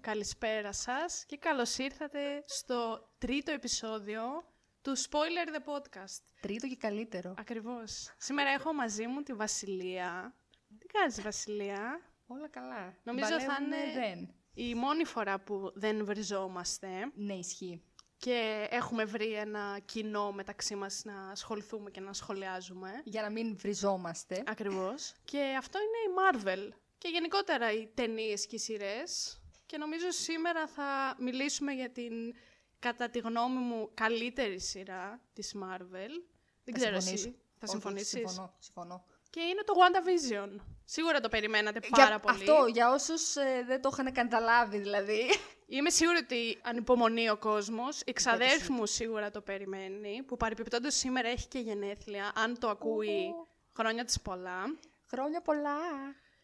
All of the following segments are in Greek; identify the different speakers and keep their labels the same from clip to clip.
Speaker 1: καλησπέρα σας και καλώς ήρθατε στο τρίτο επεισόδιο του Spoiler The Podcast.
Speaker 2: Τρίτο και καλύτερο.
Speaker 1: Ακριβώς. Σήμερα έχω μαζί μου τη Βασιλεία. Τι κάνεις Βασιλεία?
Speaker 2: Όλα καλά.
Speaker 1: Νομίζω θα
Speaker 2: Μπαλεύουμε
Speaker 1: είναι-
Speaker 2: Δεν.
Speaker 1: Η μόνη φορά που δεν βριζόμαστε
Speaker 2: Ναι, ισχύει.
Speaker 1: και έχουμε βρει ένα κοινό μεταξύ μας να ασχοληθούμε και να σχολιάζουμε.
Speaker 2: Για να μην βριζόμαστε.
Speaker 1: Ακριβώς. Και αυτό είναι η Marvel. Και γενικότερα οι ταινίες και οι σειρές. Και νομίζω σήμερα θα μιλήσουμε για την, κατά τη γνώμη μου, καλύτερη σειρά της Marvel. Δεν
Speaker 2: Θα
Speaker 1: ξέρω
Speaker 2: συμφωνήσω.
Speaker 1: εσύ. Θα
Speaker 2: Όχι,
Speaker 1: συμφωνήσεις.
Speaker 2: Συμφωνώ, συμφωνώ.
Speaker 1: Και είναι το WandaVision. Σίγουρα το περιμένατε
Speaker 2: Για-
Speaker 1: πάρα πολύ.
Speaker 2: Αυτό, για όσους ε, δεν το είχαν καταλάβει δηλαδή.
Speaker 1: Είμαι σίγουρη ότι ανυπομονεί ο κόσμος. Η ξαδέρφη μου σίγουρα το περιμένει. Που παρεμπιπτόντω σήμερα έχει και γενέθλια. Αν το ακούει, χρόνια της πολλά.
Speaker 2: Χρόνια πολλά.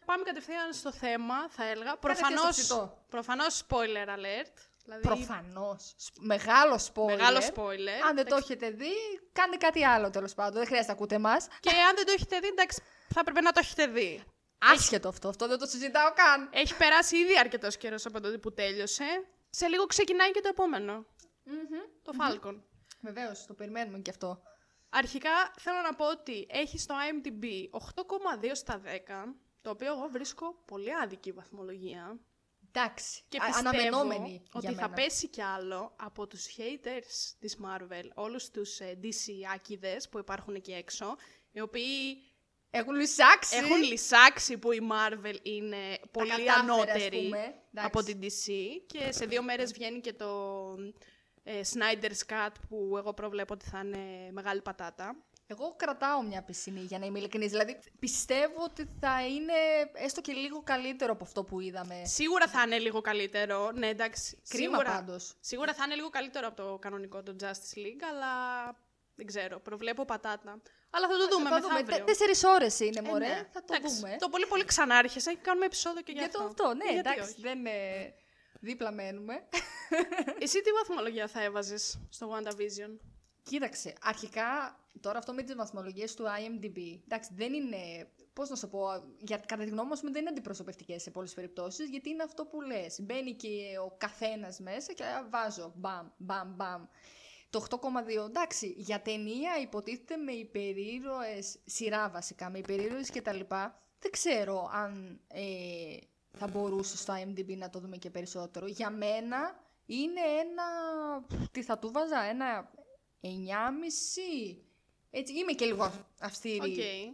Speaker 1: Πάμε κατευθείαν στο θέμα, θα έλεγα.
Speaker 2: Κατευθείαν στο
Speaker 1: Προφανώς,
Speaker 2: ψητό.
Speaker 1: προφανώς spoiler alert. Δηλαδή,
Speaker 2: Προφανώς. Σ- Μεγάλο spoiler.
Speaker 1: Μεγάλο spoiler.
Speaker 2: Αν δεν
Speaker 1: Εντάξει.
Speaker 2: το έχετε δει, κάντε κάτι άλλο τέλος πάντων. Δεν χρειάζεται να ακούτε εμάς.
Speaker 1: Και αν δεν το έχετε δει, εντάξει, θα έπρεπε να το έχετε δει.
Speaker 2: Άσχετο αυτό, αυτό δεν το συζητάω καν.
Speaker 1: Έχει περάσει ήδη αρκετός καιρός από τότε που τέλειωσε. Σε λίγο ξεκινάει και το επόμενο. Το Falcon.
Speaker 2: Βεβαίως, το περιμένουμε και αυτό.
Speaker 1: Αρχικά θέλω να πω ότι έχει στο IMDb 8,2 στα 10, το οποίο εγώ βρίσκω πολύ άδικη βαθμολογία.
Speaker 2: Εντάξει.
Speaker 1: Και
Speaker 2: Α-
Speaker 1: πιστεύω
Speaker 2: αναμενόμενη
Speaker 1: ότι
Speaker 2: για
Speaker 1: θα
Speaker 2: μένα.
Speaker 1: πέσει κι άλλο από τους haters της Marvel, όλους τους ε, DC άκηδες που υπάρχουν εκεί έξω, οι οποίοι
Speaker 2: Έχουν λυσάξει.
Speaker 1: έχουν λυσάξει που η Marvel είναι πολύ
Speaker 2: κατάφερε,
Speaker 1: ανώτερη
Speaker 2: ας πούμε. Εντάξει.
Speaker 1: από την DC και σε δύο μέρες βγαίνει και το ε, Snyder's Cut που εγώ προβλέπω ότι θα είναι μεγάλη πατάτα.
Speaker 2: Εγώ κρατάω μια πισινή για να είμαι ειλικρινής. Δηλαδή πιστεύω ότι θα είναι έστω και λίγο καλύτερο από αυτό που είδαμε.
Speaker 1: Σίγουρα θα είναι λίγο καλύτερο. Ναι, εντάξει.
Speaker 2: Ε, Κρίμα
Speaker 1: σίγουρα,
Speaker 2: πάντως.
Speaker 1: Σίγουρα θα είναι λίγο καλύτερο από το κανονικό του Justice League, αλλά δεν ξέρω. Προβλέπω πατάτα. Αλλά θα το δούμε
Speaker 2: θα
Speaker 1: μεθαύριο.
Speaker 2: Τε- Τέσσερις ώρες είναι,
Speaker 1: Ε,
Speaker 2: μωρέ.
Speaker 1: ναι.
Speaker 2: Θα το
Speaker 1: Εντάξει,
Speaker 2: δούμε.
Speaker 1: Το πολύ πολύ ξανάρχισα και κάνουμε επεισόδιο και για,
Speaker 2: Για το αυτό, ναι,
Speaker 1: Γιατί
Speaker 2: εντάξει.
Speaker 1: όχι.
Speaker 2: Δεν ε, δίπλα μένουμε.
Speaker 1: Εσύ τι βαθμολογία θα έβαζες στο WandaVision.
Speaker 2: Κοίταξε, αρχικά τώρα αυτό με τις βαθμολογίες του IMDb, εντάξει, δεν είναι, πώς να σου πω, για, κατά τη γνώμη μου δεν είναι αντιπροσωπευτικές σε πολλές περιπτώσεις, γιατί είναι αυτό που λες, μπαίνει και ο καθένας μέσα και βάζω, μπαμ, μπαμ, μπαμ. Το 8,2, εντάξει, για ταινία υποτίθεται με υπερήρωες, σειρά βασικά, με υπερήρωες και τα λοιπά, δεν ξέρω αν ε, θα μπορούσε στο IMDb να το δούμε και περισσότερο. Για μένα είναι ένα, τι θα του βάζα, ένα 9,5. Έτσι, είμαι και λίγο αυ- αυστηρή.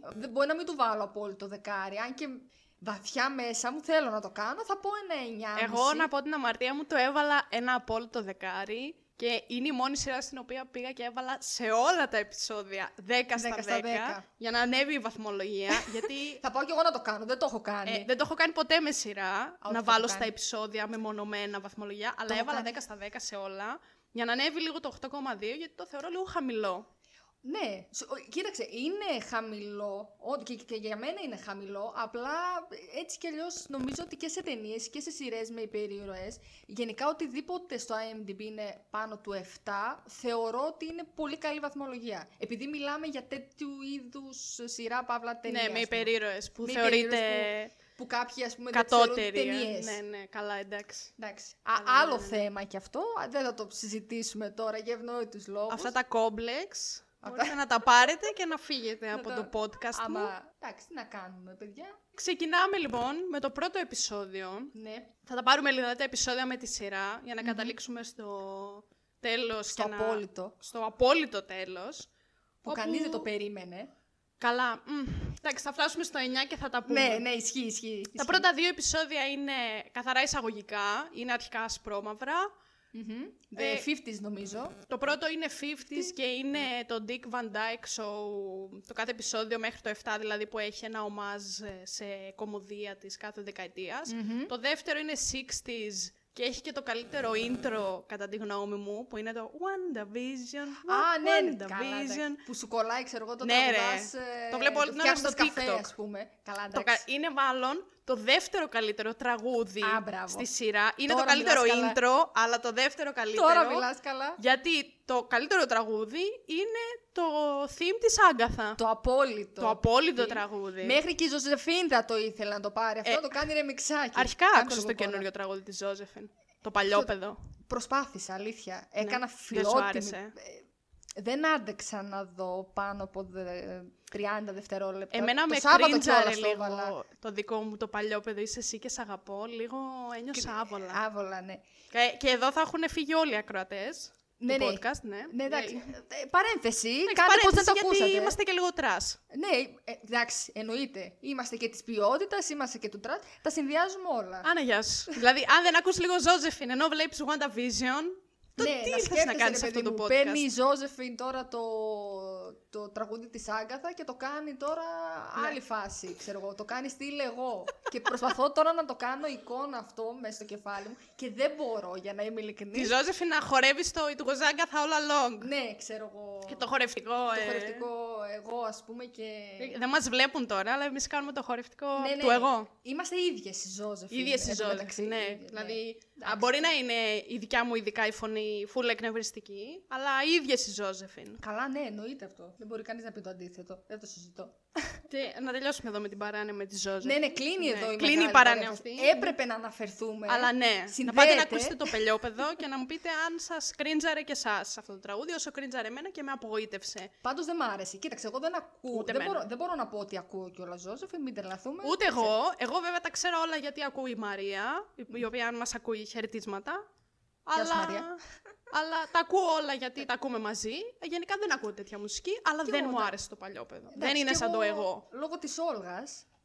Speaker 1: Οκ.
Speaker 2: Δεν μπορεί να μην του βάλω απόλυτο δεκάρι. Αν και βαθιά μέσα μου θέλω να το κάνω, θα πω ένα 9,5.
Speaker 1: Εγώ να πω την αμαρτία μου το έβαλα ένα απόλυτο δεκάρι και είναι η μόνη σειρά στην οποία πήγα και έβαλα σε όλα τα επεισόδια 10 στα 10,
Speaker 2: 10 στα 10.
Speaker 1: για να ανέβει η βαθμολογία γιατί
Speaker 2: Θα πάω κι εγώ να το κάνω, δεν το έχω κάνει.
Speaker 1: Ε, δεν το έχω κάνει ποτέ με σειρά
Speaker 2: όχι,
Speaker 1: να
Speaker 2: το
Speaker 1: βάλω
Speaker 2: έχω
Speaker 1: στα
Speaker 2: κάνει.
Speaker 1: επεισόδια με μονομένα βαθμολογία, αλλά
Speaker 2: έχω
Speaker 1: έβαλα 10
Speaker 2: κάνει.
Speaker 1: στα 10 σε όλα για να ανέβει λίγο το 8,2 γιατί το θεωρώ λίγο χαμηλό.
Speaker 2: Ναι, σου- ο- κοίταξε, είναι χαμηλό, ό, και, και για μένα είναι χαμηλό, απλά έτσι κι αλλιώς νομίζω ότι και σε ταινίες και σε σειρές με υπερήρωες, γενικά οτιδήποτε στο IMDb είναι πάνω του 7, θεωρώ ότι είναι πολύ καλή βαθμολογία. Επειδή μιλάμε για τέτοιου είδους σειρά, παύλα, ταινία. ας
Speaker 1: ναι, με
Speaker 2: πούμε,
Speaker 1: υπερήρωες που
Speaker 2: Με
Speaker 1: θεωρείται
Speaker 2: υπερήρωες Που κάποιοι, ας πούμε, δεν
Speaker 1: κατώτερη.
Speaker 2: ξέρουν ταινίες.
Speaker 1: Ναι, ναι, καλά, εντάξει.
Speaker 2: Εντάξει. Α, άλλο
Speaker 1: ναι,
Speaker 2: θέμα κι αυτό, α, δεν θα το συζητήσουμε τώρα για ευνόητους λόγους.
Speaker 1: Αυτά τα κόμπλεξ
Speaker 2: Αυτά-
Speaker 1: μπορείτε να τα πάρετε και να φύγετε
Speaker 2: Να
Speaker 1: από
Speaker 2: τα-
Speaker 1: το podcast μου.
Speaker 2: Άμα, εντάξει, τι να κάνουμε, παιδιά.
Speaker 1: Ξεκινάμε λοιπόν με το πρώτο επεισόδιο.
Speaker 2: Ναι.
Speaker 1: Θα τα πάρουμε δηλαδή τα επεισόδια με τη σειρά για να καταλήξουμε στο τέλος
Speaker 2: Στο
Speaker 1: και να-
Speaker 2: απόλυτο.
Speaker 1: στο απόλυτο τέλος.
Speaker 2: Που
Speaker 1: όπου-
Speaker 2: κανείς δεν το περίμενε.
Speaker 1: Καλά. μμ, Εντάξει, θα φτάσουμε στο 9 και θα τα πούμε.
Speaker 2: Ναι, ναι, ισχύει, ισχύει.
Speaker 1: Τα πρώτα δύο επεισόδια είναι καθαρά εισαγωγικά, είναι αρχικά ασπρόμαυρα.
Speaker 2: Ε, 50s νομίζω.
Speaker 1: Το πρώτο είναι 50s και είναι το Dick Van Dyke Show, το κάθε επεισόδιο μέχρι το 7 δηλαδή που έχει ένα ομάζ ε, σε κομμωδία της κάθε δεκαετίας. Το δεύτερο είναι 60s και έχει και το καλύτερο intro κατά τη γνώμη μου που είναι το WandaVision,
Speaker 2: Α, ναι, ναι, καλά,
Speaker 1: WandaVision.
Speaker 2: εντάξει. Που σου κολλάει, ξέρω εγώ, το
Speaker 1: Ναι, ρε.
Speaker 2: τραγουδάς, ε,
Speaker 1: Το βλέπω όλη την ώρα
Speaker 2: φτιάχνοντας
Speaker 1: στο
Speaker 2: καφέ,
Speaker 1: TikTok.
Speaker 2: ας πούμε. Καλά,
Speaker 1: Το κα-
Speaker 2: εντάξει.
Speaker 1: είναι μάλλον το δεύτερο καλύτερο τραγούδι
Speaker 2: Α, μπράβο.
Speaker 1: στη σειρά. Είναι
Speaker 2: Τώρα
Speaker 1: το καλύτερο
Speaker 2: μιλάς καλά.
Speaker 1: intro, αλλά το δεύτερο καλύτερο.
Speaker 2: Τώρα μιλάς καλά.
Speaker 1: Γιατί το καλύτερο τραγούδι είναι το theme της Άγκαθα. Το,
Speaker 2: Το απόλυτο.
Speaker 1: απόλυτο
Speaker 2: Τι.
Speaker 1: τραγούδι.
Speaker 2: Μέχρι και η Ζωζεφίν θα το ήθελε να το πάρει αυτό,
Speaker 1: Ε,
Speaker 2: να το κάνει ρεμιξάκι.
Speaker 1: Αρχικά
Speaker 2: Άκου
Speaker 1: άκουσα
Speaker 2: λίγο
Speaker 1: το
Speaker 2: κόλλα.
Speaker 1: καινούριο τραγούδι της Ζόζεφιν. Το παλιόπαιδο.
Speaker 2: Προσπάθησα, αλήθεια. Έκανα
Speaker 1: Ναι, δεν σου
Speaker 2: φιλότιμη.
Speaker 1: άρεσε.
Speaker 2: Ε, Δεν άντεξα να δω πάνω από δε- 30 δευτερόλεπτα.
Speaker 1: Εμένα
Speaker 2: το
Speaker 1: με
Speaker 2: Σάββατο
Speaker 1: κρίντζαρε
Speaker 2: κιόλας το
Speaker 1: λίγο
Speaker 2: έβαλα.
Speaker 1: το δικό μου το παλιόπαιδο. Είσαι εσύ και σ' αγαπώ. Λίγο ένιωσα άβολα.
Speaker 2: Άβολα, ναι.
Speaker 1: Και, και εδώ θα έχουν φύγει όλοι οι ακροατές.
Speaker 2: Ναι, ναι.
Speaker 1: podcast, ναι.
Speaker 2: Ναι, εντάξει.
Speaker 1: Λέει.
Speaker 2: Ε, Παρένθεση,
Speaker 1: Εντάξει,
Speaker 2: κάντε πως δεν
Speaker 1: παρένθεση,
Speaker 2: το
Speaker 1: γιατί
Speaker 2: ακούσατε.
Speaker 1: είμαστε και λίγο τρας.
Speaker 2: Ναι, ε, εντάξει, εννοείται. Είμαστε και της ποιότητας, είμαστε και του τρας. Τα συνδυάζουμε όλα.
Speaker 1: Άνα, γεια σου. δηλαδή, αν δεν ακούς λίγο Ζόζεφιν ενώ βλέπεις WandaVision, το
Speaker 2: ναι,
Speaker 1: τι
Speaker 2: να
Speaker 1: θες να
Speaker 2: σκέφτεσαι,
Speaker 1: κάνεις
Speaker 2: ρε
Speaker 1: αυτό
Speaker 2: παιδί
Speaker 1: το
Speaker 2: μου,
Speaker 1: podcast.
Speaker 2: Παίρνει η Ζόζεφιν τώρα το, το τραγούδι της Άγκαθα και το κάνει τώρα
Speaker 1: Ναι.
Speaker 2: άλλη φάση, ξέρω εγώ. Το κάνει στυλ εγώ. και προσπαθώ τώρα να το κάνω εικόνα αυτό μέσα στο κεφάλι μου και δεν μπορώ, για να είμαι
Speaker 1: Τη
Speaker 2: ειλικρινής.
Speaker 1: Ζόζεφιν να χορεύεις στο It was Agatha all along.
Speaker 2: Ναι, ξέρω εγώ.
Speaker 1: Και το χορευτικό.
Speaker 2: το
Speaker 1: ε.
Speaker 2: χορευτικό εγώ, ας πούμε, και...
Speaker 1: Δεν μας βλέπουν τώρα, αλλά εμείς κάνουμε το χορευτικό
Speaker 2: Ναι,
Speaker 1: του
Speaker 2: ναι.
Speaker 1: εγώ.
Speaker 2: Είμαστε οι ίδιες οι Ζόζεφιν.
Speaker 1: Η ίδια η
Speaker 2: εν τω μεταξύ,
Speaker 1: Ζόζεφιν. Ναι.
Speaker 2: οι ίδιες,
Speaker 1: Δηλαδή, α, μπορεί να είναι η δικιά μου ειδικά η φωνή full εκνευριστική, αλλά η ίδια η Ζόζεφιν.
Speaker 2: Καλά, ναι, εννοείται αυτό. Δεν μπορεί κανείς να πει το αντίθετο. Δεν το συζητώ.
Speaker 1: Και να τελειώσουμε εδώ με την παράνοια με τη Ζόζεφιν.
Speaker 2: Ναι, ναι, κλείνει
Speaker 1: Ναι,
Speaker 2: εδώ η
Speaker 1: κλείνει η
Speaker 2: μεγάλη
Speaker 1: παράνοια
Speaker 2: παρέμβαση.
Speaker 1: αυτή.
Speaker 2: Έπρεπε να αναφερθούμε.
Speaker 1: Αλλά ναι, να πάτε
Speaker 2: Συνδέεται.
Speaker 1: να ακούσετε το πελιόπεδο και να μου πείτε αν σας κρίντζαρε και εσάς αυτό το τραγούδι, όσο κρίντζαρε εμένα και με απογοήτευσε.
Speaker 2: Πάντως δεν μ' άρεσε. Κοίταξε, εγώ δεν ακούω.
Speaker 1: Ούτε
Speaker 2: Δεν
Speaker 1: εμένα.
Speaker 2: μπορώ, δεν μπορώ να πω ότι ακούω κιόλας Ζώσεφ, μην τρελαθούμε.
Speaker 1: Ούτε εγώ. Εγώ βέβαια τα ξέρω όλα γιατί ακούει η Μαρία, η- η οποία αν μας ακούει χαιρετίσματα.
Speaker 2: Γεια
Speaker 1: Αλλά,
Speaker 2: σου, Μαρία.
Speaker 1: αλλά τα ακούω όλα γιατί τα ακούμε μαζί. Ε, Γενικά δεν ακούω τέτοια μουσική, αλλά δεν
Speaker 2: εγώ,
Speaker 1: μου
Speaker 2: τα-
Speaker 1: άρεσε το παλιόπαιδο.
Speaker 2: Εντάξει,
Speaker 1: Δεν είναι
Speaker 2: κι
Speaker 1: σαν το εγώ.
Speaker 2: Λόγω της Όλγα,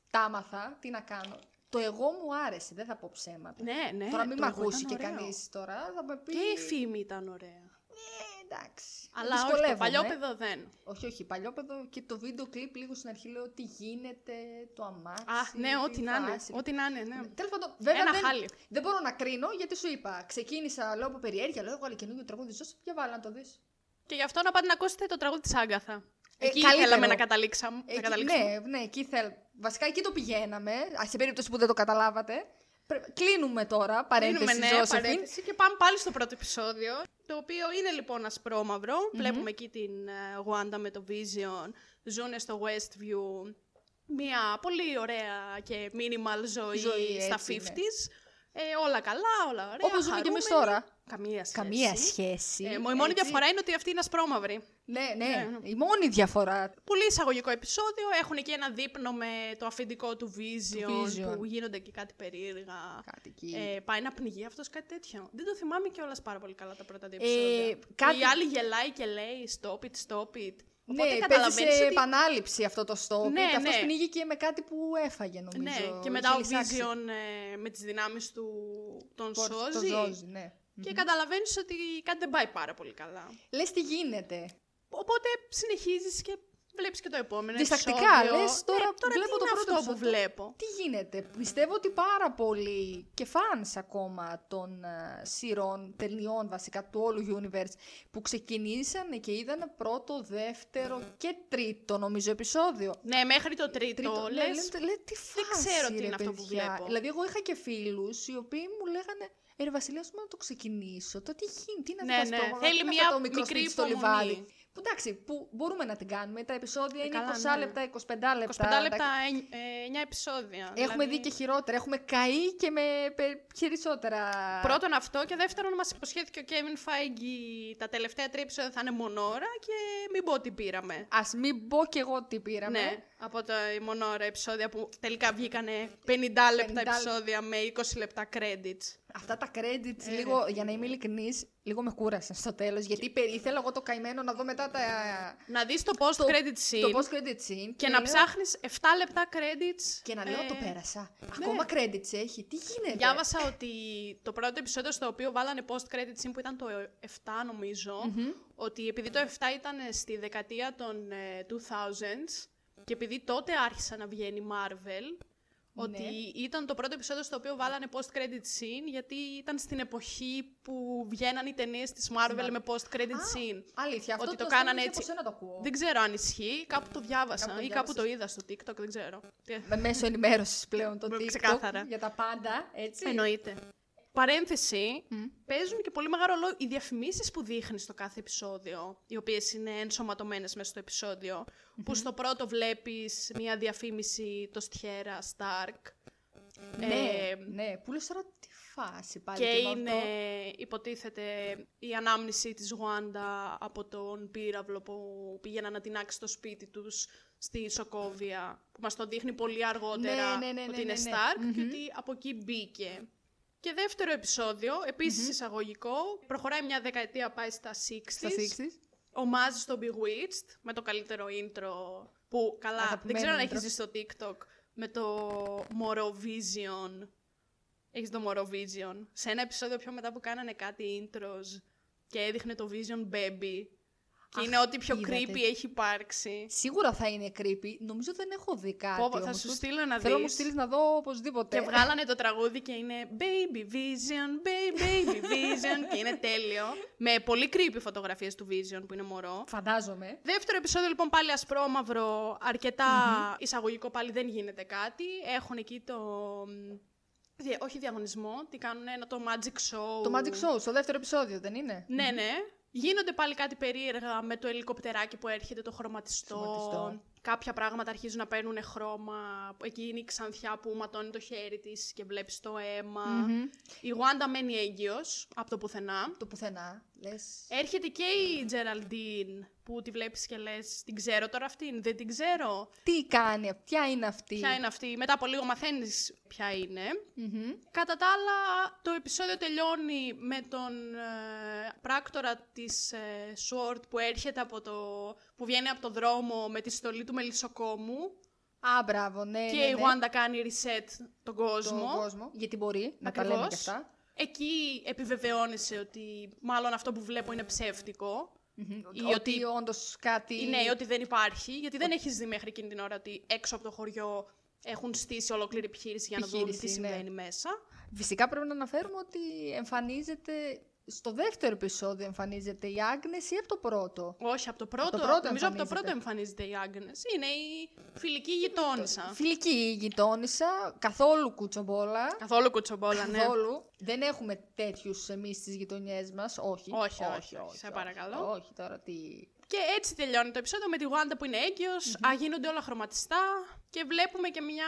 Speaker 2: τα άμαθα, τι να κάνω. Το εγώ μου άρεσε, δεν θα πω ψέματα.
Speaker 1: Ναι, ναι.
Speaker 2: τώρα μην
Speaker 1: το
Speaker 2: με
Speaker 1: εγώ
Speaker 2: ακούσει
Speaker 1: ήταν
Speaker 2: και
Speaker 1: ωραίο.
Speaker 2: κανείς τώρα, θα με πει.
Speaker 1: Και η φήμη ήταν ωραία.
Speaker 2: Ε, εντάξει.
Speaker 1: Αλλά όχι, το
Speaker 2: Δυσκολεύομαι.
Speaker 1: παλιόπαιδο δεν.
Speaker 2: Όχι, όχι, παλιόπαιδο και το βίντεο κλιπ λίγο στην αρχή λέω τι γίνεται, το αμάξι.
Speaker 1: Α, ναι,
Speaker 2: τι
Speaker 1: ό,τι να είναι.
Speaker 2: φάση.
Speaker 1: Ό,τι να είναι, ναι.
Speaker 2: Τέλος πάντων, βέβαια.
Speaker 1: Ένα
Speaker 2: δεν,
Speaker 1: χάλι.
Speaker 2: δεν μπορώ να κρίνω γιατί σου είπα. Ξεκίνησα, λέω από περιέργεια, λέω έβγαλε καινούργιο τραγούδι Ζώσεφ και βάλα να το δεις.
Speaker 1: Και γι' αυτό να πάτε να ακούσετε το τραγούδι της Άγκαθα.
Speaker 2: Ε,
Speaker 1: Εκεί
Speaker 2: καλύτερο.
Speaker 1: θέλαμε να καταλήξαμε. να
Speaker 2: Εκεί,
Speaker 1: καταλήξουμε.
Speaker 2: ναι, ναι, εκεί θέλ. Βασικά εκεί το πηγαίναμε. Α, σε περίπτωση που δεν το καταλάβατε. πρέ- Κλείνουμε τώρα παρένθεση
Speaker 1: Κλείνουμε, ναι,
Speaker 2: Ζώσεφιν.
Speaker 1: παρένθεση και πάμε πάλι στο πρώτο επεισόδιο, το οποίο είναι λοιπόν ασπρόμαυρο. Βλέπουμε εκεί την ε, Wanda με το Vision, ζουν στο Westview, μια πολύ ωραία και minimal ζωή,
Speaker 2: Ζωή,
Speaker 1: στα
Speaker 2: έτσι
Speaker 1: 50s.
Speaker 2: είναι.
Speaker 1: Ε, όλα καλά, όλα ωραία.
Speaker 2: Όπως ζούμε κι εμείς
Speaker 1: χαρούμενοι.
Speaker 2: τώρα.
Speaker 1: Καμία σχέση.
Speaker 2: Καμία σχέση.
Speaker 1: Ε, μο- η μόνη
Speaker 2: έτσι.
Speaker 1: διαφορά είναι ότι αυτή είναι ασπρόμαυρη.
Speaker 2: Ναι, ναι,
Speaker 1: Ναι,
Speaker 2: η μόνη διαφορά.
Speaker 1: Πολύ εισαγωγικό επεισόδιο. Έχουν εκεί ένα δείπνο με το αφεντικό του Vision,
Speaker 2: Vision.
Speaker 1: που γίνονται και κάτι περίεργα.
Speaker 2: Κάτι εκεί.
Speaker 1: Ε, πάει να πνιγεί αυτός κάτι τέτοιο. Δεν το θυμάμαι κιόλας πάρα πολύ καλά τα πρώτα δύο
Speaker 2: Ε,
Speaker 1: επεισόδια.
Speaker 2: κάτι-
Speaker 1: Η άλλη γελάει και λέει stop it, stop it. Οπότε
Speaker 2: ναι, παίζει σε
Speaker 1: καταλαβαίνει ότι.
Speaker 2: επανάληψη αυτό το στόχο.
Speaker 1: Ναι,
Speaker 2: και αυτός
Speaker 1: ναι.
Speaker 2: πνίγει και με κάτι που έφαγε νομίζω.
Speaker 1: Ναι, και
Speaker 2: Είχε
Speaker 1: μετά ο
Speaker 2: λυσάξει.
Speaker 1: Vision ε, με τις δυνάμεις του τον
Speaker 2: Το- το
Speaker 1: σώζει.
Speaker 2: ζώζει, ναι.
Speaker 1: Και καταλαβαίνεις ότι κάτι δεν πάει πάρα πολύ καλά.
Speaker 2: Λες τι γίνεται.
Speaker 1: Οπότε συνεχίζεις και βλέπεις και το επόμενο.
Speaker 2: Διστακτικά,
Speaker 1: επεισόδιο.
Speaker 2: λες, τώρα
Speaker 1: ναι, τώρα
Speaker 2: βλέπω
Speaker 1: τι
Speaker 2: το
Speaker 1: είναι
Speaker 2: πρώτο
Speaker 1: αυτό που
Speaker 2: επεισόδιο.
Speaker 1: βλέπω.
Speaker 2: Τι γίνεται, πιστεύω ότι πάρα πολλοί και fans ακόμα των ε, σειρών, ταινιών βασικά του όλου universe που ξεκινήσαν και είδαν πρώτο, δεύτερο και τρίτο νομίζω επεισόδιο.
Speaker 1: Ναι, μέχρι το τρίτο,
Speaker 2: ναι,
Speaker 1: λες,
Speaker 2: λέμε, λέ, τι φάση,
Speaker 1: δεν ξέρω τι
Speaker 2: ρε,
Speaker 1: είναι αυτό που
Speaker 2: παιδιά.
Speaker 1: βλέπω.
Speaker 2: Δηλαδή εγώ είχα και φίλους οι οποίοι μου λέγανε «Ε, ρε Βασιλεία, ας πούμε να το ξεκινήσω. Το τι γίνει, τι είναι
Speaker 1: Ναι,
Speaker 2: αυτό
Speaker 1: ναι.
Speaker 2: το πρόγραμμα, τι
Speaker 1: Θέλει
Speaker 2: είναι
Speaker 1: μια
Speaker 2: αυτό το μικρό
Speaker 1: μικρή
Speaker 2: σπίτι στο
Speaker 1: υπομονή.
Speaker 2: λιβάδι». Που εντάξει, που μπορούμε να την κάνουμε. Τα επεισόδια είναι
Speaker 1: καλά,
Speaker 2: 20
Speaker 1: ναι.
Speaker 2: λεπτά, 25
Speaker 1: 25
Speaker 2: λεπτά.
Speaker 1: λεπτά, 9 επεισόδια.
Speaker 2: Έχουμε
Speaker 1: δηλαδή-
Speaker 2: δει και χειρότερα. Έχουμε καεί και με πε- περισσότερα.
Speaker 1: Πρώτον αυτό και δεύτερον μας υποσχέθηκε ο Kevin Feige τα τελευταία τρία επεισόδια θα είναι μονόρα και μην πω ότι πήραμε.
Speaker 2: Ας μην πω κι εγώ τι πήραμε.
Speaker 1: Ναι, από τα η μονόρα επεισόδια που τελικά βγήκανε 50 λεπτά
Speaker 2: 50
Speaker 1: επεισόδια με 20 λεπτά credits.
Speaker 2: Αυτά τα credits,
Speaker 1: Ε,
Speaker 2: λίγο,
Speaker 1: ναι.
Speaker 2: για να είμαι ειλικρινής, λίγο με κούρασαν στο τέλος. Γιατί περί- ήθελα εγώ το καημένο να δω μετά τα.
Speaker 1: Να δεις το post credit scene
Speaker 2: Το post credit scene.
Speaker 1: και να
Speaker 2: λέω-
Speaker 1: ψάχνεις 7 λεπτά credits.
Speaker 2: Και να λέω
Speaker 1: ε,
Speaker 2: το πέρασα. Ακόμα credits έχει. Τι γίνεται.
Speaker 1: Διάβασα ότι το πρώτο επεισόδιο στο οποίο βάλανε post credit scene που ήταν το 7 νομιζω ότι επειδή το 7 ήταν στη δεκαετία των ε, 2000s και επειδή τότε άρχισε να βγαίνει η Marvel, ότι
Speaker 2: Ναι.
Speaker 1: ήταν το πρώτο επεισόδιο στο οποίο βάλανε post credit scene γιατί ήταν στην εποχή που βγαίναν οι ταινίες της Marvel με post credit scene.
Speaker 2: Αλήθεια, αυτό
Speaker 1: ότι
Speaker 2: το,
Speaker 1: το κάνανε
Speaker 2: στέλνεις
Speaker 1: έτσι.
Speaker 2: Από σένα το ακούω.
Speaker 1: Δεν ξέρω αν ισχύει, κάπου το διάβασα
Speaker 2: Κάπου το
Speaker 1: ή κάπου
Speaker 2: διάβασες.
Speaker 1: το είδα στο TikTok, δεν ξέρω. Τι-
Speaker 2: Με μέσο ενημέρωσης πλέον το
Speaker 1: Με-
Speaker 2: TikTok
Speaker 1: ξεκάθαρα.
Speaker 2: για τα πάντα, έτσι.
Speaker 1: Εννοείται. Παρένθεση, παίζουν και πολύ μεγάλο ρόλο οι διαφημίσεις που δείχνεις στο κάθε επεισόδιο, οι οποίες είναι ενσωματωμένες μέσα στο επεισοδιο Που στο πρώτο βλέπεις μια διαφήμιση το Στιέρα Σταρκ.
Speaker 2: Ναι, ναι. Που λες τώρα τι φάση πάλι.
Speaker 1: ε, Και
Speaker 2: με αυτό.
Speaker 1: είναι, υποτίθεται, η ανάμνηση της Γουάντα από τον πύραυλο που πήγαιναν να τεινάξει στο σπίτι τους στη Σοκόβια, που μας το δείχνει πολύ αργότερα
Speaker 2: Ναι, ναι, ναι, ναι,
Speaker 1: ότι είναι
Speaker 2: ναι, ναι.
Speaker 1: Stark και
Speaker 2: Μμμ.
Speaker 1: ότι από εκεί μπήκε. Και δεύτερο επεισόδιο, επίσης εισαγωγικό, προχωράει μια δεκαετία, πάει στα 60s,
Speaker 2: Στα σήξεις.
Speaker 1: ομάζει στο Bewitched με το καλύτερο intro που καλά, δεν
Speaker 2: Αγαπημένο
Speaker 1: ξέρω αν
Speaker 2: intro.
Speaker 1: έχεις δει στο TikTok με το Morovision. Έχεις το Morovision. Σε ένα επεισόδιο πιο μετά που κάνανε κάτι intros και έδειχνε το Vision Baby και
Speaker 2: Αχ,
Speaker 1: είναι ό,τι πιο
Speaker 2: είδα
Speaker 1: creepy
Speaker 2: τέτοιο.
Speaker 1: έχει υπάρξει.
Speaker 2: Σίγουρα θα είναι creepy. Νομίζω δεν έχω δει κάτι.
Speaker 1: Πω, πω, θα
Speaker 2: όμως.
Speaker 1: σου στείλω να
Speaker 2: Θέλω να μου
Speaker 1: δεις.
Speaker 2: στείλεις να δω οπωσδήποτε.
Speaker 1: Και βγάλανε το τραγούδι και είναι Baby Vision, Baby, baby Vision και είναι τέλειο. Με πολύ creepy φωτογραφίες του Vision που είναι μωρό.
Speaker 2: Φαντάζομαι.
Speaker 1: Δεύτερο επεισόδιο λοιπόν πάλι ασπρόμαυρο, αρκετά εισαγωγικό πάλι δεν γίνεται κάτι. Έχουν εκεί το... μ, δια- όχι διαγωνισμό, τι κάνουν, ένα το Magic Show.
Speaker 2: Το Magic Show, στο δεύτερο επεισόδιο, δεν είναι.
Speaker 1: Ναι, ναι. Γίνονται πάλι κάτι περίεργα με το ελικοπτεράκι που έρχεται, το χρωματιστό.
Speaker 2: Χρωματιστό.
Speaker 1: Κάποια πράγματα αρχίζουν να παίρνουν χρώμα. Εκεί είναι η ξανθιά που ματώνει το χέρι της και βλέπεις το αιμα
Speaker 2: Μμμ.
Speaker 1: Η Wanda μένει έγκυος από το πουθενά.
Speaker 2: Το πουθενά. Λες.
Speaker 1: Έρχεται και η Τζεραλντίν που τη βλέπεις και λες την ξέρω τώρα αυτήν, δεν την ξέρω.
Speaker 2: Τι κάνει, ποια είναι αυτή.
Speaker 1: Ποια είναι αυτή, μετά από λίγο μαθαίνεις ποια είναι.
Speaker 2: Μμμ.
Speaker 1: Κατά τα άλλα το επεισόδιο τελειώνει με τον ε, πράκτορα της ε, Sword που έρχεται από το... που βγαίνει από το δρόμο με τη στολή του μελισσοκόμου
Speaker 2: Α, μπράβο, ναι.
Speaker 1: και
Speaker 2: ναι,
Speaker 1: η
Speaker 2: ναι.
Speaker 1: Wanda κάνει reset τον
Speaker 2: Τον
Speaker 1: κόσμο.
Speaker 2: κόσμο. Γιατί μπορεί να τα λέμε
Speaker 1: Ακριβώς.
Speaker 2: και αυτά.
Speaker 1: Εκεί επιβεβαιώνεσαι ότι μάλλον αυτό που βλέπω είναι ψεύτικο. Ή
Speaker 2: Ότι,
Speaker 1: ότι-
Speaker 2: όντως κάτι.
Speaker 1: Ναι, ότι δεν υπάρχει, γιατί δεν έχεις δει μέχρι εκείνη την ώρα ότι έξω από το χωριό έχουν στήσει ολόκληρη επιχείρηση για να δουν τι
Speaker 2: Επιχείρηση, ναι.
Speaker 1: συμβαίνει μέσα.
Speaker 2: Φυσικά πρέπει να αναφέρουμε ότι εμφανίζεται. Στο δεύτερο επεισόδιο εμφανίζεται η Άγνες ή από το πρώτο.
Speaker 1: Όχι, από το πρώτο.
Speaker 2: το πρώτο
Speaker 1: νομίζω από το
Speaker 2: εμφανίζεται.
Speaker 1: πρώτο εμφανίζεται η Άγνε. Είναι η φιλική γειτόνισσα.
Speaker 2: Φιλική η γειτόνισσα, καθόλου κουτσομπόλα.
Speaker 1: Καθόλου κουτσομπόλα, ναι.
Speaker 2: Καθόλου. Δεν έχουμε τέτοιους εμείς στις γειτονιές μας. Όχι.
Speaker 1: Όχι, όχι, σε παρακαλώ.
Speaker 2: Όχι, τώρα τι.
Speaker 1: Και έτσι τελειώνει το επεισόδιο με τη Γουάντα που είναι έγκυος, α, γίνονται όλα χρωματιστά και βλέπουμε και μια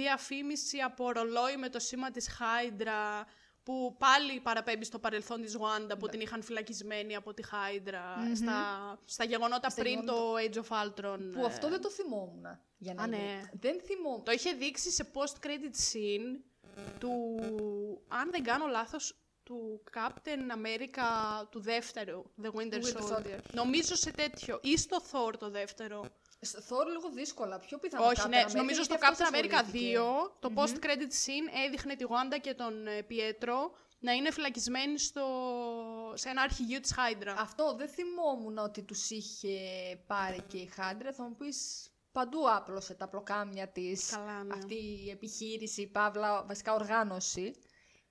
Speaker 1: διαφήμιση από ρολόι με το σήμα της Χάιντρα που πάλι παραπέμπει στο παρελθόν της Γουάντα που την είχαν φυλακισμένη από τη χαιντρα
Speaker 2: Ναι. Μμμ.
Speaker 1: στα, στα γεγονότα
Speaker 2: Στα
Speaker 1: πριν το Age of Ultron.
Speaker 2: Που
Speaker 1: ε,
Speaker 2: αυτό δεν το θυμόμουν. Για να
Speaker 1: Α,
Speaker 2: είμαι.
Speaker 1: ναι.
Speaker 2: Δεν θυμόμουν.
Speaker 1: Το είχε δείξει σε post-credit scene του, αν δεν κάνω λάθος, του Captain America του δεύτερου, The Winter
Speaker 2: Winter
Speaker 1: Soldier.
Speaker 2: Soldier.
Speaker 1: Νομίζω σε τέτοιο, ή στο Thor το δεύτερο.
Speaker 2: Στο Θόρ λίγο δύσκολα. Πιο πιθανό.
Speaker 1: Όχι,
Speaker 2: Captain
Speaker 1: ναι,
Speaker 2: America,
Speaker 1: νομίζω
Speaker 2: γιατί
Speaker 1: στο
Speaker 2: αυτός
Speaker 1: Captain America 2
Speaker 2: ασχολήθηκε.
Speaker 1: το post-credit scene έδειχνε τη Wanda και τον ε, Πιέτρο να είναι φυλακισμένοι στο... σε ένα αρχηγείο της Hydra.
Speaker 2: Αυτό δεν θυμόμουν ότι τους είχε πάρει και η Χάντρε. Θα μου πεις παντού άπλωσε τα πλοκάμια της.
Speaker 1: Καλά, ναι.
Speaker 2: Αυτή η επιχείρηση, η παύλα, βασικά οργάνωση.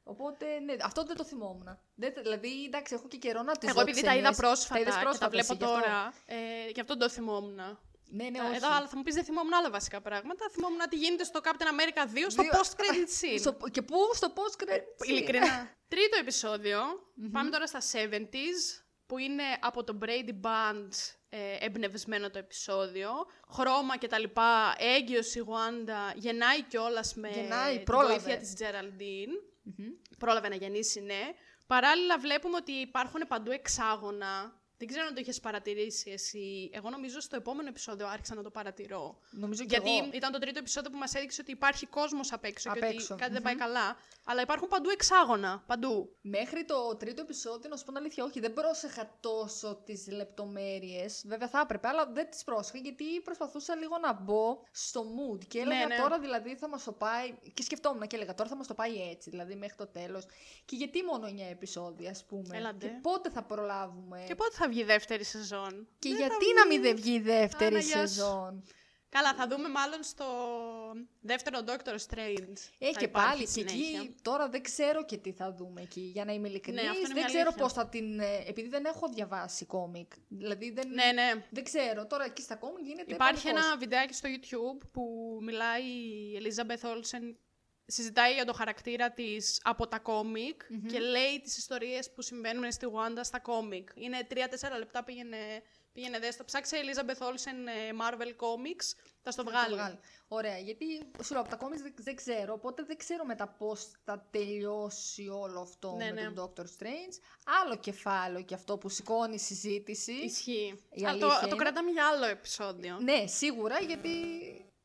Speaker 2: Οπότε, ναι, αυτό δεν το θυμόμουν. Δεν, δηλαδή, εντάξει, έχω και καιρό να τις
Speaker 1: Εγώ
Speaker 2: δω
Speaker 1: επειδή τα είδα
Speaker 2: ξένες.
Speaker 1: πρόσφατα,
Speaker 2: είδες
Speaker 1: και τα
Speaker 2: πρόσφατα
Speaker 1: βλέπω
Speaker 2: εσύ, γι' αυτό.
Speaker 1: τώρα, ε, γι' αυτό το θυμόμουν.
Speaker 2: Ναι, ναι,
Speaker 1: Τα-
Speaker 2: όχι.
Speaker 1: Εδώ αλλά θα μου πεις δεν θυμόμουν άλλα βασικά πράγματα. Θυμόμουν τι γίνεται στο Captain America 2 στο
Speaker 2: Δύο-
Speaker 1: post-credit scene.
Speaker 2: Στο- και πού, στο post credit.
Speaker 1: Ειλικρινά. Τρίτο επεισόδιο. Πάμε τώρα στα 70s που είναι από το Brady Band ε, εμπνευσμένο το επεισόδιο. Χρώμα και τα λοιπά, έγκυος η Γουάντα, γεννάει κιόλας με
Speaker 2: Γεννάει,
Speaker 1: τη
Speaker 2: πρόλαβε.
Speaker 1: βοήθεια της Τζεραλντίν. Πρόλαβε να γεννήσει, ναι. Παράλληλα βλέπουμε ότι υπάρχουν παντού εξάγωνα. Δεν ξέρω αν το είχες παρατηρήσει εσύ. Εγώ νομίζω στο επόμενο επεισόδιο άρχισα να το παρατηρώ.
Speaker 2: Νομίζω και
Speaker 1: Γιατί
Speaker 2: εγώ.
Speaker 1: ήταν το τρίτο επεισόδιο που μας έδειξε ότι υπάρχει κόσμος απ' έξω
Speaker 2: Απ'
Speaker 1: και ότι
Speaker 2: έξω.
Speaker 1: κάτι δεν πάει καλά. Αλλά υπάρχουν παντού εξάγωνα. Παντού.
Speaker 2: Μέχρι το τρίτο επεισόδιο, να σου πω την αλήθεια, όχι, δεν πρόσεχα τόσο τις λεπτομέρειες. Βέβαια θα έπρεπε, αλλά δεν τις πρόσεχα γιατί προσπαθούσα λίγο να μπω στο mood. Και έλεγα
Speaker 1: Ναι, ναι.
Speaker 2: τώρα δηλαδή θα μας το πάει. Και σκεφτόμουν και έλεγα τώρα θα μας το πάει έτσι, δηλαδή μέχρι το τέλος. Και γιατί μόνο 9 επεισόδια, ας πούμε.
Speaker 1: Έλα ντε.
Speaker 2: Και πότε θα προλάβουμε.
Speaker 1: Και πότε θα βγει η δεύτερη σεζόν.
Speaker 2: Ε. Και
Speaker 1: Δεν θα
Speaker 2: γιατί
Speaker 1: βγει.
Speaker 2: να μην δεν βγει η δεύτερη
Speaker 1: Άνα, γεια σου.
Speaker 2: σεζόν.
Speaker 1: Καλά, θα δούμε μάλλον στο δεύτερο Doctor Strange.
Speaker 2: Έχει
Speaker 1: Θα
Speaker 2: Ε, και
Speaker 1: υπάρχει
Speaker 2: πάλι και
Speaker 1: συνέχεια.
Speaker 2: εκεί. Τώρα δεν ξέρω και τι θα δούμε εκεί. Για να είμαι
Speaker 1: Ναι,
Speaker 2: ειλικρινής,
Speaker 1: αυτό είναι
Speaker 2: δεν
Speaker 1: μια
Speaker 2: ξέρω
Speaker 1: αλήθεια.
Speaker 2: πώς θα την. ε, Επειδή δεν έχω διαβάσει κόμικ. Δηλαδή δεν.
Speaker 1: Ναι, ναι.
Speaker 2: Δεν ξέρω. Τώρα εκεί στα κόμικ γίνεται.
Speaker 1: Υπάρχει
Speaker 2: πανικός.
Speaker 1: ένα βιντεάκι στο YouTube που μιλάει η Elizabeth Olsen συζητάει για το χαρακτήρα της από τα κομικ και λέει τις ιστορίες που συμβαίνουν στη Wanda στα κόμικ. Είναι 3-4 λεπτά πήγαινε Πήγαινε δες, το ψάξε Elizabeth Olsen ε, Marvel Comics, θα στο
Speaker 2: Θα
Speaker 1: βγάλει.
Speaker 2: το βγάλει. Ωραία, γιατί σου λέω από τα κόμικς δεν, δεν ξέρω, οπότε δεν ξέρω μετά πώς θα τελειώσει όλο αυτό
Speaker 1: Ναι,
Speaker 2: με
Speaker 1: ναι.
Speaker 2: τον Doctor Strange. Άλλο κεφάλαιο και αυτό που σηκώνει η συζήτηση.
Speaker 1: Ισχύει.
Speaker 2: Η
Speaker 1: Α, το,
Speaker 2: αλήθεια
Speaker 1: το
Speaker 2: είναι-
Speaker 1: κρατάμε για άλλο επεισόδιο.
Speaker 2: Ναι, σίγουρα, γιατί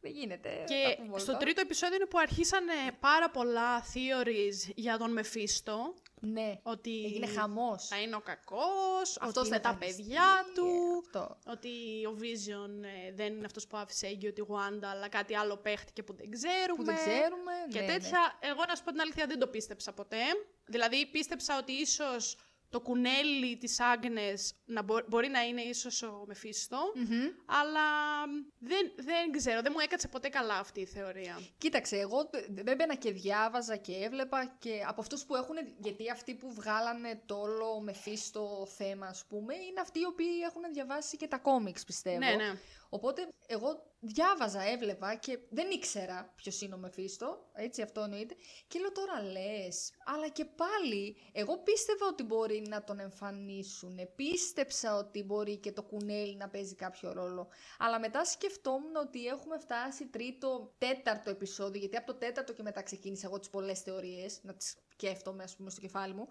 Speaker 2: δεν γίνεται.
Speaker 1: Και
Speaker 2: τα πούμε όλα
Speaker 1: στο
Speaker 2: τώρα.
Speaker 1: τρίτο επεισόδιο είναι που αρχίσαν ε, πάρα πολλά theories για τον Μεφίστο.
Speaker 2: Ναι,
Speaker 1: Ότι
Speaker 2: έγινε χαμός.
Speaker 1: θα είναι ο κακός, αυτός
Speaker 2: Αυτός
Speaker 1: είναι
Speaker 2: θα
Speaker 1: τα
Speaker 2: εμφανιστεί,
Speaker 1: παιδιά
Speaker 2: ε,
Speaker 1: του.
Speaker 2: Αυτό.
Speaker 1: Ότι ο Vision ε, δεν είναι αυτός που άφησε έγκυο τη Wanda, αλλά κάτι άλλο παίχτηκε που δεν ξέρουμε.
Speaker 2: Που δεν ξέρουμε.
Speaker 1: Και
Speaker 2: ναι, ναι.
Speaker 1: τέτοια, εγώ να σου πω την αλήθεια, δεν το πίστεψα ποτέ. Δηλαδή, πίστεψα ότι ίσως το κουνέλι της Άγνες να μπο- μπορεί να είναι ίσως ο Μεφίστο,
Speaker 2: Μμμ.
Speaker 1: αλλά μ, δεν, δεν ξέρω, δεν μου έκατσε ποτέ καλά αυτή η θεωρία.
Speaker 2: Κοίταξε, εγώ τε- έμπαινα και διάβαζα και έβλεπα και από αυτούς που έχουν, γιατί αυτοί που βγάλανε το όλο μεφίστο θέμα ας πούμε, είναι αυτοί οι οποίοι έχουν διαβάσει και τα κόμιξ πιστεύω.
Speaker 1: Ναι, ναι.
Speaker 2: Οπότε εγώ διάβαζα, έβλεπα και δεν ήξερα ποιος είναι ο Μεφίστο, έτσι αυτό εννοείται. Και λέω τώρα λες, αλλά και πάλι εγώ πίστευα ότι μπορεί να τον εμφανίσουν. Πίστεψα ότι μπορεί και το κουνέλι να παίζει κάποιο ρόλο. Αλλά μετά σκεφτόμουν ότι έχουμε φτάσει τρίτο, τέταρτο επεισόδιο, γιατί από το τέταρτο και μετά ξεκίνησα εγώ τις πολλές θεωρίες, να τις σκέφτομαι, ας πούμε, στο κεφάλι μου.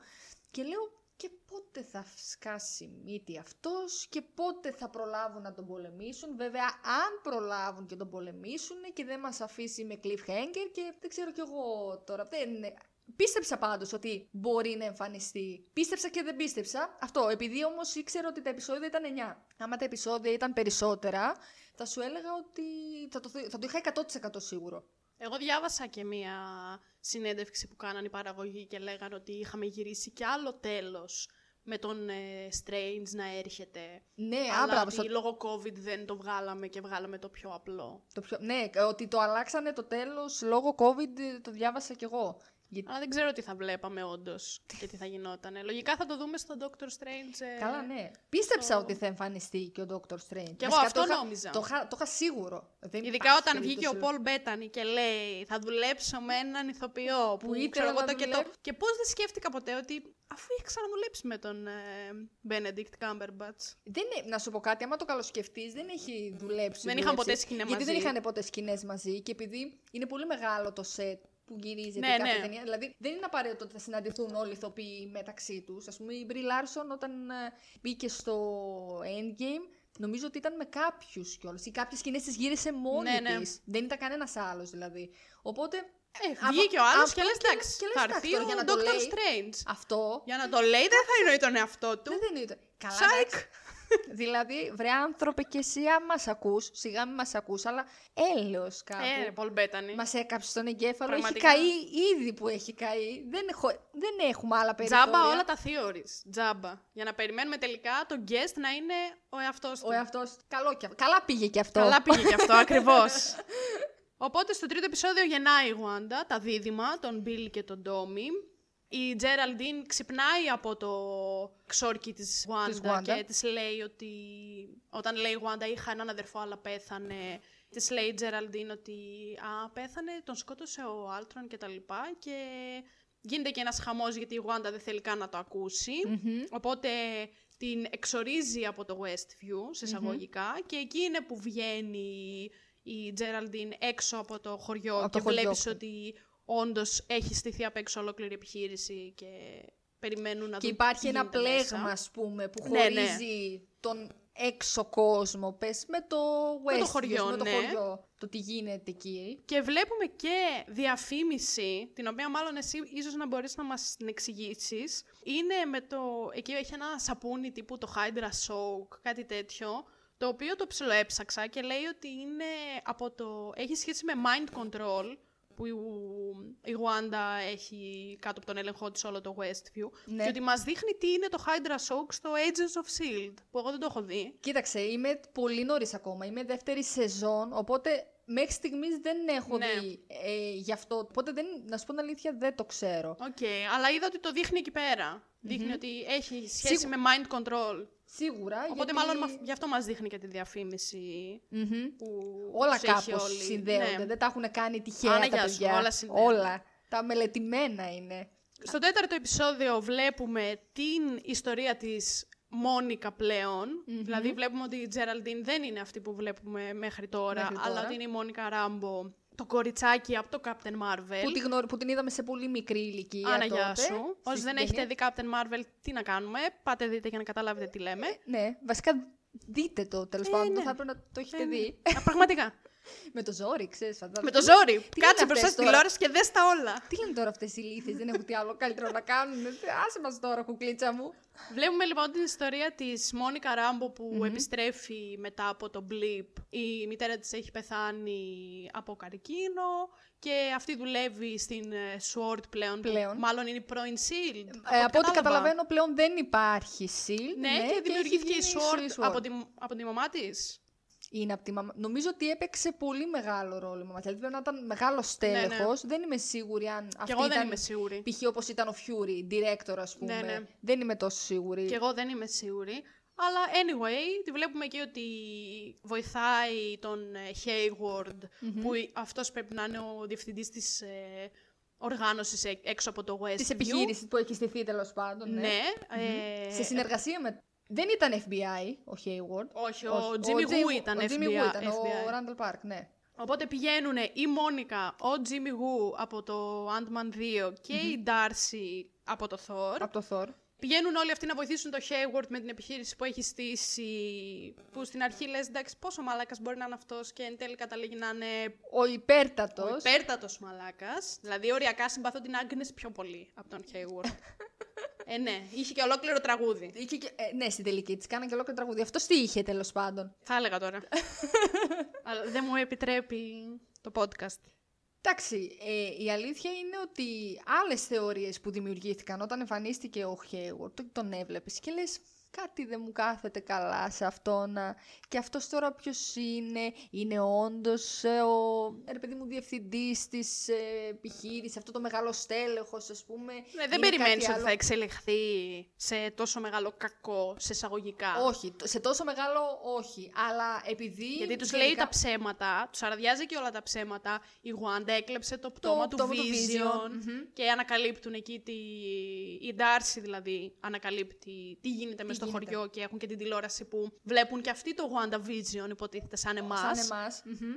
Speaker 2: Και λέω, και πότε θα σκάσει μύτη αυτός και πότε θα προλάβουν να τον πολεμήσουν. Βέβαια, αν προλάβουν και τον πολεμήσουν και δεν μας αφήσει με cliffhanger και δεν ξέρω κι εγώ τώρα. Δεν... Πίστεψα πάντως ότι μπορεί να εμφανιστεί. Πίστεψα και δεν πίστεψα. Αυτό, επειδή όμως ήξερα ότι τα επεισόδια ήταν 9. Άμα τα επεισόδια ήταν περισσότερα, θα σου έλεγα ότι θα το, θε- θα το είχα 100% σίγουρο.
Speaker 1: Εγώ διάβασα και μία συνέντευξη που κάνανε οι παραγωγοί και λέγανε ότι είχαμε γυρίσει κι άλλο τέλος με τον ε, Strange να έρχεται.
Speaker 2: Ναι,
Speaker 1: αλλά
Speaker 2: άμπραβο,
Speaker 1: ότι
Speaker 2: στο-
Speaker 1: λόγω COVID δεν το βγάλαμε και βγάλαμε το πιο απλό.
Speaker 2: Το πιο... Ναι, ότι το αλλάξανε το τέλος λόγω COVID ε, το διάβασα κι εγώ. Γιατί...
Speaker 1: Αλλά δεν ξέρω τι θα βλέπαμε όντως και τι θα γινότανε. Λογικά θα το δούμε στο Doctor Strange. ε,
Speaker 2: Καλά, ναι. Πίστεψα
Speaker 1: το-
Speaker 2: ότι θα εμφανιστεί και ο Dr. Strange.
Speaker 1: Κι εγώ
Speaker 2: Βασικά,
Speaker 1: αυτό
Speaker 2: το είχα-
Speaker 1: νόμιζα.
Speaker 2: Το είχα, το είχα σίγουρο. Δεν
Speaker 1: Ειδικά
Speaker 2: υπάρχει
Speaker 1: όταν βγήκε ο
Speaker 2: περίπτωση.
Speaker 1: Πολ Μπέτανη και λέει Θα δουλέψω με έναν ηθοποιό που,
Speaker 2: ήθελα
Speaker 1: ξέρω εγώ
Speaker 2: να
Speaker 1: το και το.
Speaker 2: δουλέψει.
Speaker 1: Και πώς δεν σκέφτηκα ποτέ ότι αφού είχε ξαναδουλέψει με τον ε, Benedict Cumberbatch.
Speaker 2: Δεν, ε- να σου πω κάτι, άμα το καλοσκεφτείς, δεν έχει δουλέψει.
Speaker 1: Δεν είχαν
Speaker 2: δουλέψει.
Speaker 1: ποτέ σκηνές
Speaker 2: Γιατί
Speaker 1: μαζί.
Speaker 2: δεν είχαν ποτέ σκηνές μαζί και επειδή είναι πολύ μεγάλο το σετ που γυρίζεται
Speaker 1: Ναι,
Speaker 2: κάθε
Speaker 1: ναι.
Speaker 2: ταινία. Δηλαδή δεν είναι απαραίτητο ότι θα συναντηθούν όλοι οι ηθοποιοί μεταξύ τους. Ας πούμε, η Μπρι Λάρσον όταν ε, μπήκε στο Endgame, νομίζω ότι ήταν με κάποιους κιόλας. Ή κάποιες σκηνέ τι γύρισε μόνη
Speaker 1: Ναι, ναι.
Speaker 2: της. Δεν ήταν κανένας άλλος δηλαδή. Οπότε
Speaker 1: Ε,
Speaker 2: αυτό-
Speaker 1: βγήκε ο άλλος
Speaker 2: αυτό
Speaker 1: και λες εντάξει.
Speaker 2: και λες,
Speaker 1: Θα
Speaker 2: εντάξει,
Speaker 1: έρθει
Speaker 2: τώρα
Speaker 1: ο
Speaker 2: για να το
Speaker 1: Doctor
Speaker 2: λέει.
Speaker 1: Strange.
Speaker 2: αυτό.
Speaker 1: Για να το λέει δεν θα εννοεί τον εαυτό του.
Speaker 2: Δεν, δεν ήταν. Καλά,
Speaker 1: Σάικ.
Speaker 2: εντάξει. δηλαδή, βρε άνθρωπε και εσύ αν μας ακούς, σιγά μην μας ακούς, αλλά έλεος κάπου.
Speaker 1: Ε, ρε, Πολ Μπέτανη.
Speaker 2: Μας έκαψε τον εγκέφαλο,
Speaker 1: Πραγματικά.
Speaker 2: έχει καεί ήδη που έχει καεί. Δεν, έχω, δεν έχουμε άλλα περιθώρια.
Speaker 1: Τζάμπα όλα τα theories. Τζάμπα. Για να περιμένουμε τελικά τον guest να είναι ο εαυτός του.
Speaker 2: Ο εαυτός, καλό και, καλά πήγε και αυτό.
Speaker 1: Καλά πήγε και αυτό, ακριβώς. Οπότε στο τρίτο επεισόδιο γεννάει η Γουάντα τα δίδυμα, τον Μπίλ και τον Ντόμι. Η Τζέραλντίν ξυπνάει από το ξόρκι της Γουάντα
Speaker 2: Wanda.
Speaker 1: και της λέει ότι όταν λέει η Γουάντα είχα έναν αδερφό αλλά πέθανε. Της λέει η Τζέραλντίν ότι α, πέθανε, τον σκότωσε ο Άλτρον και τα λοιπά και γίνεται και ένας χαμός γιατί η Γουάντα δεν θέλει καν να το ακούσει.
Speaker 2: Μμμ.
Speaker 1: Οπότε την εξορίζει από το Westview, σε
Speaker 2: Mm-hmm.
Speaker 1: εισαγωγικά, και εκεί είναι που βγαίνει η Τζέραλντιν έξω από το χωριό
Speaker 2: Από το
Speaker 1: και
Speaker 2: χωριό ναι.
Speaker 1: βλέπεις
Speaker 2: του.
Speaker 1: ότι όντως έχει στηθεί απ' έξω ολόκληρη επιχείρηση και περιμένουν να
Speaker 2: Και
Speaker 1: δουν
Speaker 2: υπάρχει
Speaker 1: τι
Speaker 2: ένα
Speaker 1: γίνεται μέσα.
Speaker 2: πλέγμα, ας πούμε, που
Speaker 1: Ναι, ναι.
Speaker 2: χωρίζει τον έξω κόσμο, πες, με το West,
Speaker 1: το χωριό,
Speaker 2: με το
Speaker 1: ναι.
Speaker 2: χωριό, το τι γίνεται εκεί.
Speaker 1: Και βλέπουμε και διαφήμιση, την οποία μάλλον εσύ ίσως να μπορείς να μας την εξηγήσεις. Είναι με το... Εκεί έχει ένα σαπούνι τύπου το Hydra Soak, κάτι τέτοιο, το οποίο το ψιλοέψαξα και λέει ότι είναι από το... έχει σχέση με mind control, που η Γου- η Γουάντα έχει κάτω από τον έλεγχό της όλο το Westview.
Speaker 2: Ναι.
Speaker 1: Και ότι μας δείχνει τι είναι το Hydra Soak στο Agents of S.H.I.E.L.D., E που εγώ δεν το έχω δει.
Speaker 2: Κοίταξε, είμαι πολύ νωρίς ακόμα. Είμαι δεύτερη σεζόν, οπότε μέχρι στιγμής δεν έχω
Speaker 1: Ναι.
Speaker 2: δει ε, γι' αυτό. Οπότε δεν, να σου πω την αλήθεια, δεν το ξέρω.
Speaker 1: Οκ, αλλά είδα ότι το δείχνει εκεί πέρα. Δείχνει ότι έχει σχέση με
Speaker 2: Σίγου-
Speaker 1: mind control.
Speaker 2: Σίγουρα.
Speaker 1: Οπότε
Speaker 2: γιατί-
Speaker 1: μάλλον μα- γι' αυτό μας δείχνει και τη διαφήμιση
Speaker 2: Μμμ.
Speaker 1: που
Speaker 2: Όλα
Speaker 1: τους έχει
Speaker 2: κάπως
Speaker 1: όλη.
Speaker 2: συνδέονται.
Speaker 1: Ναι.
Speaker 2: Δεν τα έχουν κάνει τυχαία
Speaker 1: Άνα,
Speaker 2: τα
Speaker 1: γεια σου,
Speaker 2: παιδιά.
Speaker 1: όλα συνδέονται.
Speaker 2: Όλα. Τα μελετημένα είναι.
Speaker 1: Στο τέταρτο επεισόδιο βλέπουμε την ιστορία της Μόνικα πλέον. Δηλαδή βλέπουμε ότι η Τζεραλντίν δεν είναι αυτή που βλέπουμε μέχρι τώρα,
Speaker 2: Μέχρι
Speaker 1: αλλά
Speaker 2: τώρα.
Speaker 1: ότι είναι η Μόνικα Ράμπο, το κοριτσάκι από το Captain Marvel.
Speaker 2: Που, την γνω- που την είδαμε σε πολύ μικρή ηλικία.
Speaker 1: Άννα,
Speaker 2: τότε,
Speaker 1: γεια σου. Όσοι
Speaker 2: στη
Speaker 1: δεν
Speaker 2: ταινία.
Speaker 1: έχετε δει Captain Marvel, τι να κάνουμε. Πάτε δείτε για να καταλάβετε τι λέμε.
Speaker 2: Ναι, βασικά δείτε το τέλος πάντων.
Speaker 1: ναι.
Speaker 2: Θα έπρεπε να το έχετε
Speaker 1: Ε, ναι.
Speaker 2: δει.
Speaker 1: Α, Πραγματικά.
Speaker 2: Με το ζόρι, ξέρεις, φαντάζομαι.
Speaker 1: Με το ζόρι.
Speaker 2: τι λένε
Speaker 1: Κάτσε
Speaker 2: αυτές
Speaker 1: μπροστά στην
Speaker 2: τώρα?
Speaker 1: τηλεόραση και δες τα όλα.
Speaker 2: Τι λένε τώρα αυτές οι λύθες, δεν έχουν τι άλλο καλύτερο να κάνουν. Άσε μας τώρα, κουκλίτσα μου.
Speaker 1: Βλέπουμε λοιπόν την ιστορία της Μόνικα Ράμπο που επιστρέφει μετά από το blip. Η μητέρα της έχει πεθάνει από καρκίνο και αυτή δουλεύει στην ε, Sword πλέον. που
Speaker 2: Πλέον.
Speaker 1: Μάλλον είναι η πρώην Shield.
Speaker 2: Ε, από
Speaker 1: κατάλαβα.
Speaker 2: ό,τι καταλαβαίνω, πλέον δεν υπάρχει shield.
Speaker 1: Ναι, και
Speaker 2: έχει
Speaker 1: δημιουργήθηκε η
Speaker 2: γίνει
Speaker 1: Sword,
Speaker 2: Sword.
Speaker 1: από, τη, από τη μαμά της.
Speaker 2: Είναι από τη μαμά. Νομίζω ότι έπαιξε πολύ μεγάλο ρόλο η μαμά. Δηλαδή πρέπει να ήταν μεγάλος στέλεχος. Δεν είμαι σίγουρη αν αυτή
Speaker 1: Και Ναι, εγώ δεν
Speaker 2: ήταν
Speaker 1: είμαι σίγουρη.
Speaker 2: π.χ. όπως ήταν ο Fury, director, ας πούμε.
Speaker 1: ναι.
Speaker 2: Δεν είμαι τόσο σίγουρη.
Speaker 1: Και εγώ δεν είμαι σίγουρη. Αλλά anyway, τη βλέπουμε και ότι βοηθάει τον ε, Hayward, που η- αυτός πρέπει να είναι ο διευθυντής της ε, οργάνωσης ε, έξω από το Westview.
Speaker 2: Της επιχείρησης που έχει στηθεί τέλος πάντων.
Speaker 1: Ναι. ε,
Speaker 2: Σε συνεργασία με. Δεν ήταν FBI ο Hayward.
Speaker 1: όχι, ο,
Speaker 2: Όχι,
Speaker 1: Jimmy Woo ήταν
Speaker 2: ο Jimmy Woo ήταν,
Speaker 1: FBI.
Speaker 2: ο Randall Park, ναι.
Speaker 1: Οπότε πηγαίνουν η Μόνικα, ο Jimmy Woo από το Ant-Man 2 και η Darcy από το Thor.
Speaker 2: Από το Thor.
Speaker 1: Πηγαίνουν όλοι αυτοί να βοηθήσουν το Hayward με την επιχείρηση που έχει στήσει. Που στην αρχή λες εντάξει, πόσο μαλάκας μπορεί να είναι αυτός και εν τέλει καταλήγει να είναι
Speaker 2: Ο υπέρτατος.
Speaker 1: ο υπέρτατος μαλάκας. Δηλαδή, οριακά συμπαθώ την Άγκνε πιο πολύ από τον Hayward. ε, ναι, είχε και ολόκληρο τραγούδι.
Speaker 2: Είχε και- ε, ναι, στην τελική της κάνανε και ολόκληρο τραγούδι. Αυτό τι είχε τέλος πάντων.
Speaker 1: Θα έλεγα τώρα. Αλλά δεν μου επιτρέπει το podcast.
Speaker 2: Εντάξει, ε, η αλήθεια είναι ότι άλλες θεωρίες που δημιουργήθηκαν όταν εμφανίστηκε ο Χέιουαρτ, το- τον έβλεπες και λες. Κάτι δεν μου κάθεται καλά σε αυτόν. α. Και αυτός τώρα ποιος είναι, είναι όντως ο ε, ρε παιδί μου διευθυντής της επιχείρησης, αυτό το μεγάλο στέλεχος, ας πούμε.
Speaker 1: Ναι,
Speaker 2: είναι
Speaker 1: δεν περιμένει
Speaker 2: κάτι
Speaker 1: ότι θα
Speaker 2: άλλο.
Speaker 1: εξελιχθεί σε τόσο μεγάλο κακό, σε εισαγωγικά.
Speaker 2: Όχι, το- σε τόσο μεγάλο όχι. Αλλά επειδή.
Speaker 1: Γιατί τους
Speaker 2: τελικά-
Speaker 1: λέει τα ψέματα, τους αραδιάζει και όλα τα ψέματα. Η Γουάντα έκλεψε το πτώμα του
Speaker 2: πτώμα του
Speaker 1: Vision.
Speaker 2: Vision, μμμ.
Speaker 1: Και ανακαλύπτουν εκεί τη. Η Ντάρση δηλαδή ανακαλύπτει τι γίνεται με στο
Speaker 2: γίνεται.
Speaker 1: χωριό και έχουν και την τηλεόραση που βλέπουν και αυτοί το Wanda Vision, υποτίθεται σαν εμά.
Speaker 2: Σαν εμάς. Μμμ.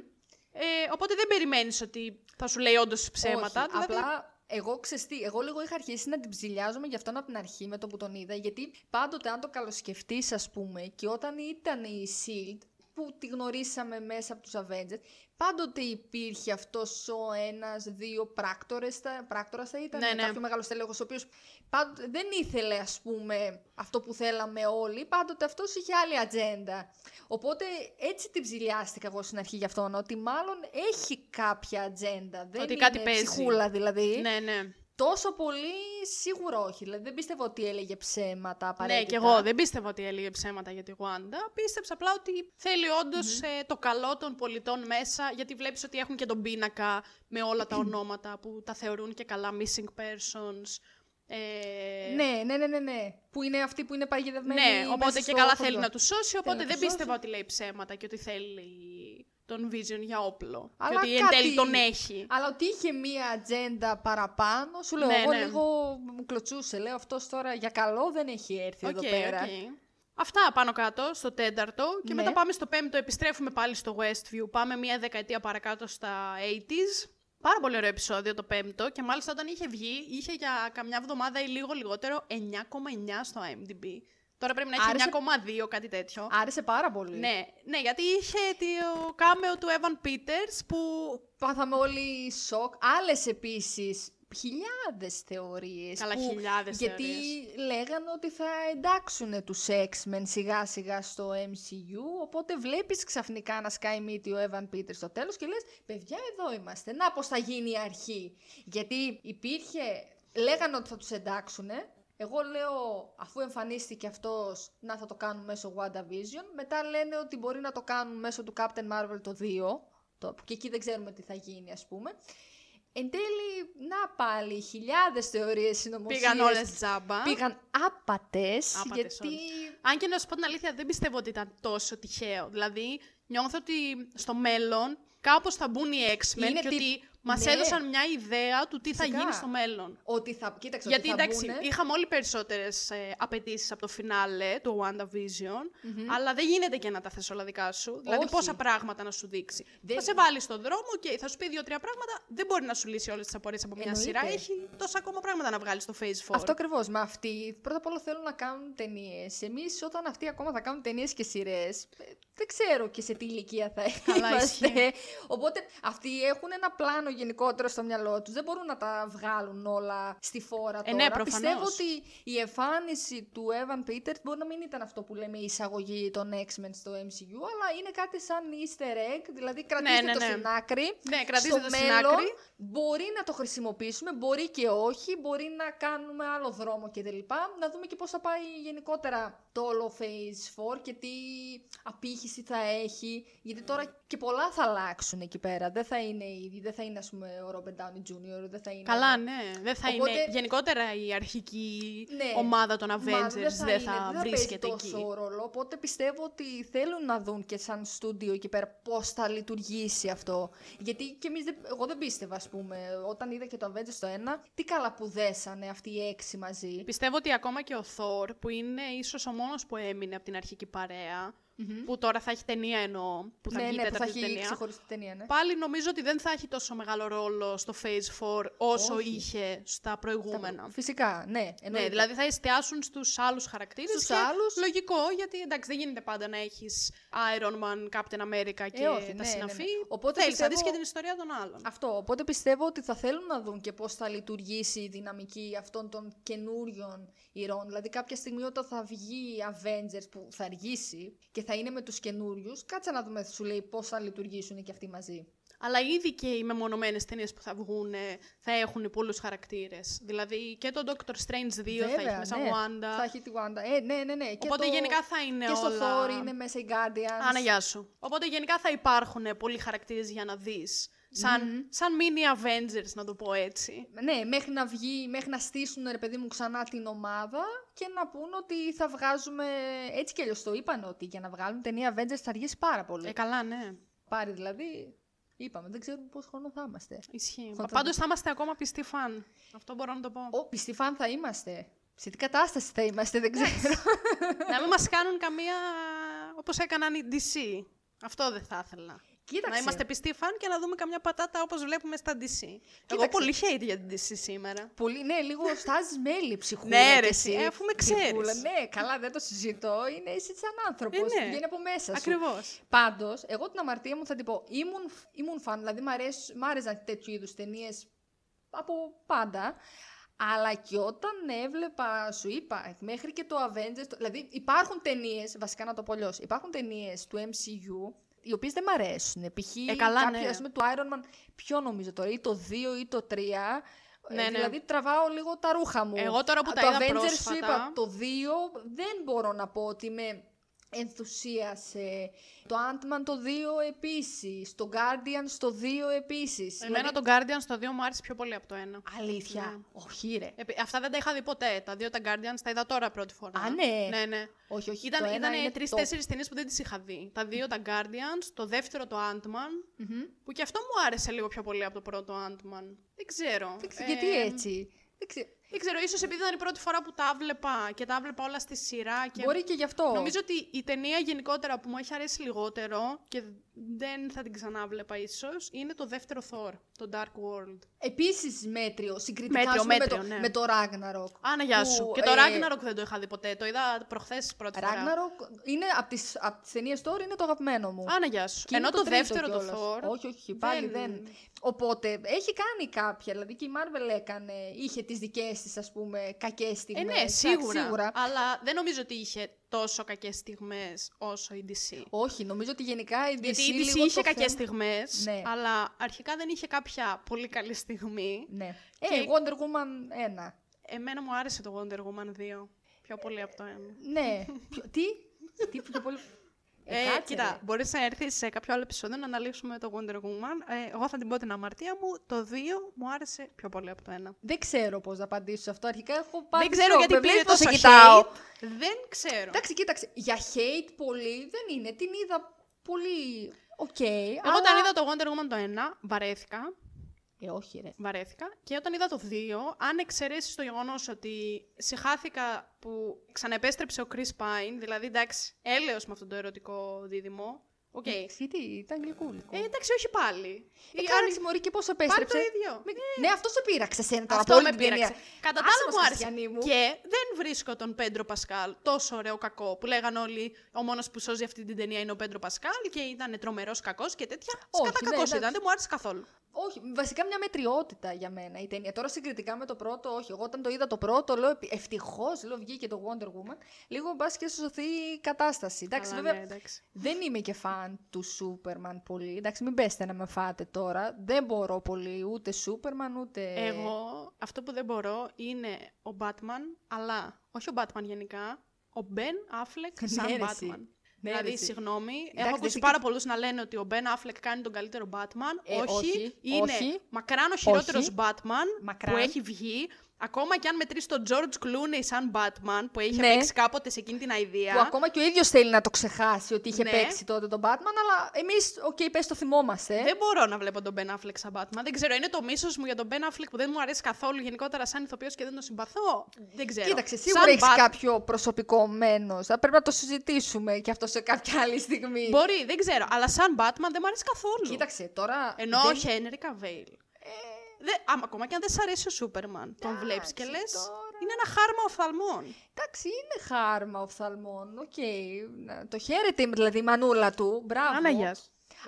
Speaker 1: Ε, οπότε δεν περιμένεις ότι θα σου λέει όντως ψέματα.
Speaker 2: Όχι,
Speaker 1: δηλαδή,
Speaker 2: Απλά εγώ ξεστή, εγώ λίγο είχα αρχίσει να την ψηλιάζομαι γι' αυτόν από την αρχή με το που τον είδα. Γιατί πάντοτε, αν το καλοσκεφτείς, ας πούμε, και όταν ήταν η Shield που τη γνωρίσαμε μέσα από τους Avengers, πάντοτε υπήρχε αυτός ο ένας, δύο πράκτορες, τα- πράκτορας θα ήταν,
Speaker 1: Ναι, ναι.
Speaker 2: κάποιο μεγάλο τέλεχος, ο οποίος πάντοτε δεν ήθελε ας πούμε αυτό που θέλαμε όλοι, πάντοτε αυτός είχε άλλη ατζέντα. Οπότε έτσι την ψηλιάστηκα εγώ στην αρχή γι' αυτόν, ότι μάλλον έχει κάποια ατζέντα, δεν
Speaker 1: Ότι
Speaker 2: είναι
Speaker 1: κάτι παίζει.
Speaker 2: ψυχούλα δηλαδή.
Speaker 1: Ναι, ναι.
Speaker 2: Τόσο πολύ σίγουρα όχι. Δηλαδή δεν πίστευα ότι έλεγε ψέματα απαραίτητα.
Speaker 1: Ναι, και εγώ δεν πίστευα ότι έλεγε ψέματα για τη Γουάντα. Πίστεψα απλά ότι θέλει όντως, ε, το καλό των πολιτών μέσα, γιατί βλέπεις ότι έχουν και τον πίνακα με όλα τα ονόματα που τα θεωρούν και καλά missing persons. Ε,
Speaker 2: Ναι, ναι, ναι, ναι, ναι. Που είναι αυτή που είναι παγιδευμένη.
Speaker 1: ναι,
Speaker 2: μέσα
Speaker 1: οπότε και
Speaker 2: στο
Speaker 1: καλά
Speaker 2: χωριό.
Speaker 1: θέλει να τους σώσει, οπότε
Speaker 2: να
Speaker 1: δεν
Speaker 2: τους
Speaker 1: πίστευα ότι λέει ψέματα και ότι θέλει τον Vision για όπλο.
Speaker 2: Αλλά
Speaker 1: και ότι εν
Speaker 2: κάτι-
Speaker 1: τέλει τον έχει.
Speaker 2: Αλλά ότι είχε μία ατζέντα παραπάνω, σου λέω,
Speaker 1: Ναι,
Speaker 2: εγώ
Speaker 1: ναι.
Speaker 2: λίγο μου κλωτσούσε. Λέω αυτός τώρα για καλό δεν έχει έρθει εδώ
Speaker 1: Οκ,
Speaker 2: πέρα.
Speaker 1: οκ. Αυτά πάνω κάτω στο τέταρτο και
Speaker 2: Ναι.
Speaker 1: μετά πάμε στο πέμπτο, επιστρέφουμε πάλι στο Westview, πάμε μια δεκαετία παρακάτω στα 80s. Πάρα πολύ ωραίο επεισόδιο το πέμπτο και μάλιστα όταν είχε βγει είχε για καμιά εβδομάδα ή λίγο λιγότερο 9,9 στο IMDb. Τώρα πρέπει να έχει
Speaker 2: Άρεσε-
Speaker 1: 9,2 κάτι τέτοιο.
Speaker 2: Άρεσε πάρα πολύ.
Speaker 1: Ναι, ναι, γιατί είχε το κάμεο του Evan Peters που
Speaker 2: Πάθαμε όλοι σοκ. Άλλες επίσης χιλιάδες θεωρίες.
Speaker 1: Καλά, χιλιάδες
Speaker 2: Γιατί
Speaker 1: θεωρίες.
Speaker 2: λέγανε ότι θα εντάξουν τους X-Men σιγά σιγά στο MCU. Οπότε βλέπεις ξαφνικά να σκάει μύτη ο Evan Peters στο τέλος και λες: Παιδιά, εδώ είμαστε. Να πώς θα γίνει η αρχή. Γιατί υπήρχε. Λέγανε ότι θα τους εντάξουν. Εγώ λέω, αφού εμφανίστηκε αυτός, να θα το κάνουν μέσω WandaVision. Μετά λένε ότι μπορεί να το κάνουν μέσω του Captain Marvel το 2 το, και εκεί δεν ξέρουμε τι θα γίνει ας πούμε. Εν τέλει, να πάλι, χιλιάδες θεωρίες συνωμοσίες
Speaker 1: πήγαν όλες τζάμπα.
Speaker 2: πήγαν άπατες,
Speaker 1: Άπατες
Speaker 2: γιατί...
Speaker 1: Αν και να σου πω την αλήθεια, δεν πιστεύω ότι ήταν τόσο τυχαίο. Δηλαδή, νιώθω ότι στο μέλλον κάπως θα μπουν οι X-Men
Speaker 2: Είναι
Speaker 1: και
Speaker 2: τι-
Speaker 1: ότι Μας
Speaker 2: Ναι.
Speaker 1: έδωσαν μια ιδέα του τι θα
Speaker 2: Φυσικά.
Speaker 1: γίνει στο μέλλον.
Speaker 2: Ότι θα. Κοίταξε,
Speaker 1: Γιατί
Speaker 2: ότι θα
Speaker 1: εντάξει,
Speaker 2: μπουνε-
Speaker 1: είχαμε όλοι περισσότερες απαιτήσεις από το φινάλε του WandaVision, αλλά δεν γίνεται και να τα θες όλα δικά σου. Δηλαδή,
Speaker 2: Όχι.
Speaker 1: πόσα πράγματα να σου δείξει.
Speaker 2: Δεν-
Speaker 1: Θα σε βάλει στον δρόμο και θα σου πει δύο-τρία πράγματα. Δεν μπορεί να σου λύσει όλες τις απορίες από μια
Speaker 2: Εννοείται.
Speaker 1: σειρά. Έχει τόσα ακόμα πράγματα να βγάλεις στο Phase 4.
Speaker 2: Αυτό ακριβώς. Μα αυτοί πρώτα απ' όλα θέλουν να κάνουν ταινίες. Εμείς, όταν αυτοί ακόμα θα κάνουν ταινίες και σειρές, δεν ξέρω και σε τι ηλικία θα
Speaker 1: Καλά,
Speaker 2: είμαστε.
Speaker 1: ισχύει.
Speaker 2: Οπότε αυτοί έχουν ένα πλάνο γενικότερο στο μυαλό τους. Δεν μπορούν να τα βγάλουν όλα στη φόρα
Speaker 1: Ε,
Speaker 2: τώρα.
Speaker 1: ναι, προφανώς.
Speaker 2: Πιστεύω ότι η εμφάνιση του Evan Peters μπορεί να μην ήταν αυτό που λέμε η εισαγωγή των X-Men στο MCU, αλλά είναι κάτι σαν easter egg. Δηλαδή, κρατήστε
Speaker 1: ναι,
Speaker 2: το
Speaker 1: ναι.
Speaker 2: στην άκρη.
Speaker 1: Ναι, κρατήστε
Speaker 2: στο
Speaker 1: το στην
Speaker 2: μέλλον
Speaker 1: άκρη.
Speaker 2: μπορεί να το χρησιμοποιήσουμε, μπορεί και όχι, μπορεί να κάνουμε άλλο δρόμο κτλ. Να δούμε και πώς θα πάει γενικότερα το όλο Phase 4 και τι απήχηση θα έχει. Γιατί τώρα και πολλά θα αλλάξουν εκεί πέρα. Δεν θα είναι ήδη, δεν θα είναι ας πούμε ο Robert Downey Jr. Δεν θα είναι...
Speaker 1: Καλά, ναι. Δεν θα
Speaker 2: Οπότε-
Speaker 1: είναι. Γενικότερα η αρχική
Speaker 2: Ναι.
Speaker 1: ομάδα των
Speaker 2: Μάλλον
Speaker 1: Avengers δεν θα,
Speaker 2: είναι, δεν παίζει
Speaker 1: βρίσκεται
Speaker 2: τόσο
Speaker 1: εκεί.
Speaker 2: ρόλο, οπότε πιστεύω ότι θέλουν να δουν και σαν στούντιο εκεί πέρα πώς θα λειτουργήσει αυτό. Γιατί και εμείς, δεν, εγώ δεν πίστευα ας πούμε, όταν είδα και το Avengers το ένα, τι καλά που δέσανε αυτοί οι έξι μαζί.
Speaker 1: Πιστεύω ότι ακόμα και ο Θόρ, που είναι ίσως ο μόνος που έμεινε από την αρχική παρέα, που τώρα θα έχει ταινία εννοώ, που θα
Speaker 2: ναι,
Speaker 1: βγει
Speaker 2: ναι, που θα
Speaker 1: τέταρτη
Speaker 2: έχει
Speaker 1: ταινία,
Speaker 2: ξεχωριστή ταινία, ναι.
Speaker 1: πάλι νομίζω ότι δεν θα έχει τόσο μεγάλο ρόλο στο Phase 4 όσο
Speaker 2: Όχι.
Speaker 1: είχε στα προηγούμενα.
Speaker 2: Φυσικά, ναι. εννοείται.
Speaker 1: Ναι, δηλαδή θα εστιάσουν στους άλλους χαρακτήρες
Speaker 2: Στους
Speaker 1: και
Speaker 2: άλλους.
Speaker 1: λογικό, γιατί εντάξει δεν γίνεται πάντα να έχεις Iron Man, Captain America και
Speaker 2: όχι, ναι,
Speaker 1: τα
Speaker 2: ναι,
Speaker 1: συναφή.
Speaker 2: ναι. Οπότε
Speaker 1: Θέλεις να δεις
Speaker 2: πιστεύω-
Speaker 1: και την ιστορία των άλλων.
Speaker 2: Αυτό. Οπότε πιστεύω ότι θα θέλουν να δουν και πώς θα λειτουργήσει η δυναμική αυτών των καινούριων ηρών. Δηλαδή, κάποια στιγμή όταν θα βγει η Avengers που θα αργήσει και θα είναι με τους καινούριους, κάτσε να δούμε, σου λέει, πώς θα λειτουργήσουν και αυτοί μαζί.
Speaker 1: Αλλά ήδη και οι μεμονωμένες ταινίες που θα βγουν ε, θα έχουν πολλούς χαρακτήρες. Δηλαδή και το Doctor Strange 2 θα έχει μέσα
Speaker 2: ναι.
Speaker 1: Wanda.
Speaker 2: Θα έχει τη Wanda. Ε, ναι, ναι, ναι. Και
Speaker 1: Οπότε
Speaker 2: το-
Speaker 1: γενικά θα είναι
Speaker 2: Και στο
Speaker 1: όλα.
Speaker 2: Thor είναι μέσα η Guardians.
Speaker 1: Άνα, γεια σου. Οπότε γενικά θα υπάρχουν ε, πολλοί χαρακτήρες για να δεις. Σαν, σαν mini Avengers, να το πω έτσι.
Speaker 2: Ναι, μέχρι να βγει, μέχρι να στήσουν ρε παιδί μου ξανά την ομάδα και να πούν ότι θα βγάζουμε. Έτσι κι αλλιώς το είπαν ότι για να βγάλουν ταινία Avengers θα αργήσει πάρα πολύ.
Speaker 1: Ε, καλά, ναι.
Speaker 2: Πάρει δηλαδή. Είπαμε, δεν ξέρουμε πόσο χρόνο θα είμαστε.
Speaker 1: Ισχύει.
Speaker 2: Φαντάζομαι.
Speaker 1: Πάντω θα είμαστε ακόμα πιστοί φαν. Αυτό μπορώ να το πω.
Speaker 2: Ο, πιστοί φαν θα είμαστε. Σε τι κατάσταση θα είμαστε, δεν ξέρω.
Speaker 1: να μην μας κάνουν καμία. όπως έκαναν οι DC. Αυτό δεν θα ήθελα.
Speaker 2: Κοίταξε.
Speaker 1: Να είμαστε πιστοί φαν και να δούμε καμιά πατάτα όπως βλέπουμε στα DC. Εγώ
Speaker 2: Κοίταξε.
Speaker 1: πολύ hate για την DC σήμερα.
Speaker 2: Πολύ, ναι, λίγο στάζει μέλη ψυχούλα.
Speaker 1: Ναι,
Speaker 2: κι
Speaker 1: ρε,
Speaker 2: εσύ.
Speaker 1: εσύ, αφού με
Speaker 2: Ψυχούλα,
Speaker 1: ξέρεις.
Speaker 2: Ναι, καλά, δεν το συζητώ. Είναι εσύ σαν άνθρωπος.
Speaker 1: Ε, ναι.
Speaker 2: Βγαίνει από μέσα σου.
Speaker 1: Ακριβώς.
Speaker 2: Πάντως, εγώ την αμαρτία μου θα την πω. Ήμουν, ήμουν φαν, δηλαδή μ' αρέσ- μ' άρεσαν τέτοιου είδους ταινίες από πάντα. Αλλά και όταν έβλεπα, σου είπα, μέχρι και το Avengers. το- Δηλαδή, υπάρχουν ταινίες, βασικά να το πω αλλιώς, υπάρχουν ταινίες του MCU οι οποίες δεν μ' αρέσουν. Π.χ.
Speaker 1: Ε, καλά,
Speaker 2: κάποιοι,
Speaker 1: ναι.
Speaker 2: ας πούμε, του Iron Man, ποιο νομίζω τώρα, ή το 2 ή το 3. ε,
Speaker 1: Ναι, ναι.
Speaker 2: Δηλαδή, τραβάω λίγο τα ρούχα μου.
Speaker 1: Εγώ τώρα που
Speaker 2: Α,
Speaker 1: τα
Speaker 2: το
Speaker 1: είδα
Speaker 2: Avengers,
Speaker 1: πρόσφατα-
Speaker 2: σου είπα, το 2 δεν μπορώ να πω ότι με ενθουσίασε. Το Ant-Man το 2 επίσης. Το Guardians το 2 επίσης.
Speaker 1: Εμένα
Speaker 2: Δηλαδή-
Speaker 1: το Guardian στο 2 μου άρεσε πιο πολύ από το Ναι. 1.
Speaker 2: Αλήθεια. Όχι ρε.
Speaker 1: Επί- Αυτά δεν τα είχα δει ποτέ. Τα δύο τα Guardians τα είδα τώρα πρώτη φορά.
Speaker 2: Α, ναι.
Speaker 1: Ναι, ναι.
Speaker 2: Όχι, όχι.
Speaker 1: Ήταν,
Speaker 2: το ένα είναι
Speaker 1: ήταν
Speaker 2: top.
Speaker 1: τρει-τέσσερι ταινίες που δεν τις είχα δει. Τα δύο τα Guardians, το δεύτερο το Ant-Man.
Speaker 2: Μμμ.
Speaker 1: Που και αυτό μου άρεσε λίγο πιο πολύ από το πρώτο Ant-Man. Δεν ξέρω.
Speaker 2: Δεν ξέρω
Speaker 1: Ε,
Speaker 2: Γιατί έτσι. Δεν ξέρω.
Speaker 1: Δεν ξέρω, ίσως επειδή ήταν η πρώτη φορά που τα βλέπα και τα βλέπα όλα στη σειρά. Και
Speaker 2: Μπορεί και γι' αυτό.
Speaker 1: Νομίζω ότι η ταινία γενικότερα που μου έχει αρέσει λιγότερο και δεν θα την ξανάβλεπα ίσως είναι το δεύτερο Thor, το Dark World.
Speaker 2: Επίσης μέτριο, συγκριτικά
Speaker 1: Μέτριο,
Speaker 2: ας πούμε,
Speaker 1: μέτριο,
Speaker 2: με, το,
Speaker 1: ναι.
Speaker 2: με το Ragnarok.
Speaker 1: Άνα, γεια σου.
Speaker 2: Που,
Speaker 1: και το
Speaker 2: ε,
Speaker 1: Ragnarok δεν το είχα δει ποτέ. Το είδα προχθές πρώτη φορά.
Speaker 2: Ragnarok είναι από τις, απ' τις ταινίες τώρα είναι το αγαπημένο μου.
Speaker 1: Άνα, γεια σου.
Speaker 2: Και είναι
Speaker 1: Ενώ το,
Speaker 2: τρίτο
Speaker 1: δεύτερο το
Speaker 2: κιόλας.
Speaker 1: Thor.
Speaker 2: Όχι, όχι, πάλι δεν...
Speaker 1: δεν-
Speaker 2: Οπότε έχει κάνει κάποια. Δηλαδή και η Marvel έκανε, είχε τις δικές της, ας πούμε, κακές
Speaker 1: Ε,
Speaker 2: στιγμές.
Speaker 1: ναι,
Speaker 2: εντάξει,
Speaker 1: σίγουρα. Αλλά δεν νομίζω ότι είχε τόσο κακές στιγμές όσο η DC.
Speaker 2: Όχι, νομίζω ότι γενικά η DC.
Speaker 1: Γιατί η DC
Speaker 2: λίγο
Speaker 1: είχε
Speaker 2: το
Speaker 1: κακές
Speaker 2: θέμα-
Speaker 1: στιγμές,
Speaker 2: Ναι.
Speaker 1: αλλά αρχικά δεν είχε κάποια πολύ καλή στιγμή.
Speaker 2: Ναι. Ε,
Speaker 1: Και-
Speaker 2: Wonder Woman 1.
Speaker 1: Εμένα μου άρεσε το Wonder Woman 2. Πιο πολύ από το ένα.
Speaker 2: Ναι. Ποιο- τι? τι πιο πολύ.
Speaker 1: Ε,
Speaker 2: κάτσε,
Speaker 1: κοίτα,
Speaker 2: ρε.
Speaker 1: μπορείς να έρθεις σε κάποιο άλλο επεισόδιο να αναλύσουμε το Wonder Woman. Ε, εγώ θα την πω την αμαρτία μου. Το 2 μου άρεσε πιο πολύ από το 1.
Speaker 2: Δεν ξέρω πώς να απαντήσω σε αυτό. Αρχικά έχω πάρει.
Speaker 1: δεν ξέρω γιατί πήρε τόσο
Speaker 2: κοιτάω.
Speaker 1: hate. Δεν ξέρω.
Speaker 2: Εντάξει, κοίταξε. Για hate πολύ δεν είναι. Την είδα πολύ. Οκ.
Speaker 1: Εγώ όταν είδα το Wonder Woman το 1, βαρέθηκα.
Speaker 2: Ε, όχι, ρε.
Speaker 1: Βαρέθηκα. Και όταν είδα το 2, αν εξαιρέσεις το γεγονός ότι συχάθηκα που ξαναεπέστρεψε ο Chris Pine, δηλαδή εντάξει, έλεος με αυτό το ερωτικό δίδυμο. Οκ.
Speaker 2: Ε, Γιατί ήταν γλυκούλικο.
Speaker 1: Ε, εντάξει, όχι πάλι.
Speaker 2: Ε,
Speaker 1: Ή
Speaker 2: κάτσε, μωρή, και πώς
Speaker 1: πάλι το
Speaker 2: επέστρεψε.
Speaker 1: ίδιο.
Speaker 2: Μην- Ναι, αυτό σε πείραξε σένα τώρα.
Speaker 1: Αυτό
Speaker 2: από όλη
Speaker 1: με
Speaker 2: την ταινία.
Speaker 1: πείραξε. Κατά τα
Speaker 2: Άσε
Speaker 1: άλλα
Speaker 2: μας,
Speaker 1: μου άρεσε.
Speaker 2: Χριστιανή μου.
Speaker 1: Και δεν βρίσκω τον Πέντρο Πασκάλ τόσο ωραίο κακό που λέγαν όλοι ο μόνος που σώζει αυτή την ταινία είναι ο Πέντρο Πασκάλ και ήταν τρομερός κακός και τέτοια.
Speaker 2: Όχι,
Speaker 1: Σκατά
Speaker 2: ναι,
Speaker 1: κακός
Speaker 2: εντάξει.
Speaker 1: ήταν, δεν μου άρεσε καθόλου.
Speaker 2: Όχι, βασικά μια μετριότητα για μένα η ταινία. Τώρα συγκριτικά με το πρώτο, όχι. Εγώ όταν το είδα το πρώτο, λέω ευτυχώς, λέω βγήκε το Wonder Woman. Λίγο μπας και σωθεί η κατάσταση. Εντάξει,
Speaker 1: Καλά,
Speaker 2: βέβαια.
Speaker 1: ναι, εντάξει.
Speaker 2: Δεν είμαι και φαν του Σούπερμαν πολύ. Εντάξει, μην πέστε να με φάτε τώρα. Δεν μπορώ πολύ ούτε Σούπερμαν ούτε. Ε,
Speaker 1: Εγώ αυτό που δεν μπορώ είναι ο Batman, αλλά όχι ο Batman γενικά, ο Ben Affleck σαν
Speaker 2: Ναι, ρε, εσύ.
Speaker 1: Batman.
Speaker 2: Ναι, ρε,
Speaker 1: δηλαδή,
Speaker 2: εσύ.
Speaker 1: συγγνώμη,
Speaker 2: δεν
Speaker 1: έχω ακούσει
Speaker 2: είχε-
Speaker 1: πάρα πολλούς να λένε ότι ο Ben Affleck κάνει τον καλύτερο Batman.
Speaker 2: Ε, όχι,
Speaker 1: είναι
Speaker 2: όχι,
Speaker 1: μακράν ο χειρότερος
Speaker 2: όχι.
Speaker 1: Batman
Speaker 2: Μακράν.
Speaker 1: που έχει βγει. Ακόμα και αν μετρήσει τον George Clooney σαν Batman που είχε
Speaker 2: Ναι.
Speaker 1: παίξει κάποτε σε εκείνη την ιδέα.
Speaker 2: Που ακόμα και ο ίδιος θέλει να το ξεχάσει ότι είχε
Speaker 1: Ναι.
Speaker 2: παίξει τότε τον Batman, αλλά εμείς, οκ, okay, πες το θυμόμαστε.
Speaker 1: Δεν μπορώ να βλέπω τον Ben Affleck σαν Batman. Δεν ξέρω, είναι το μίσος μου για τον Ben Affleck που δεν μου αρέσει καθόλου γενικότερα σαν ηθοποιός και δεν τον συμπαθώ. Δεν ξέρω.
Speaker 2: Κοίταξε,
Speaker 1: Σαν
Speaker 2: σίγουρα έχεις
Speaker 1: Bat-
Speaker 2: κάποιο προσωπικό μένος. Θα πρέπει να το συζητήσουμε και αυτό σε κάποια άλλη στιγμή.
Speaker 1: Μπορεί, δεν ξέρω. Αλλά σαν Batman δεν μου αρέσει καθόλου.
Speaker 2: Κοίταξε, τώρα.
Speaker 1: Ενώ
Speaker 2: δεν- Ε.
Speaker 1: ο Χένρι Καβέιλ. Δε, άμα, ακόμα και αν δεν σ' αρέσει ο Σούπερμαν, τον
Speaker 2: Εντάξει,
Speaker 1: βλέπεις και λες.
Speaker 2: τώρα.
Speaker 1: Είναι ένα χάρμα οφθαλμών.
Speaker 2: Εντάξει, είναι χάρμα οφθαλμών. Οκ. να- Το χαίρεται δηλαδή η μανούλα του. Μπράβο. Ε,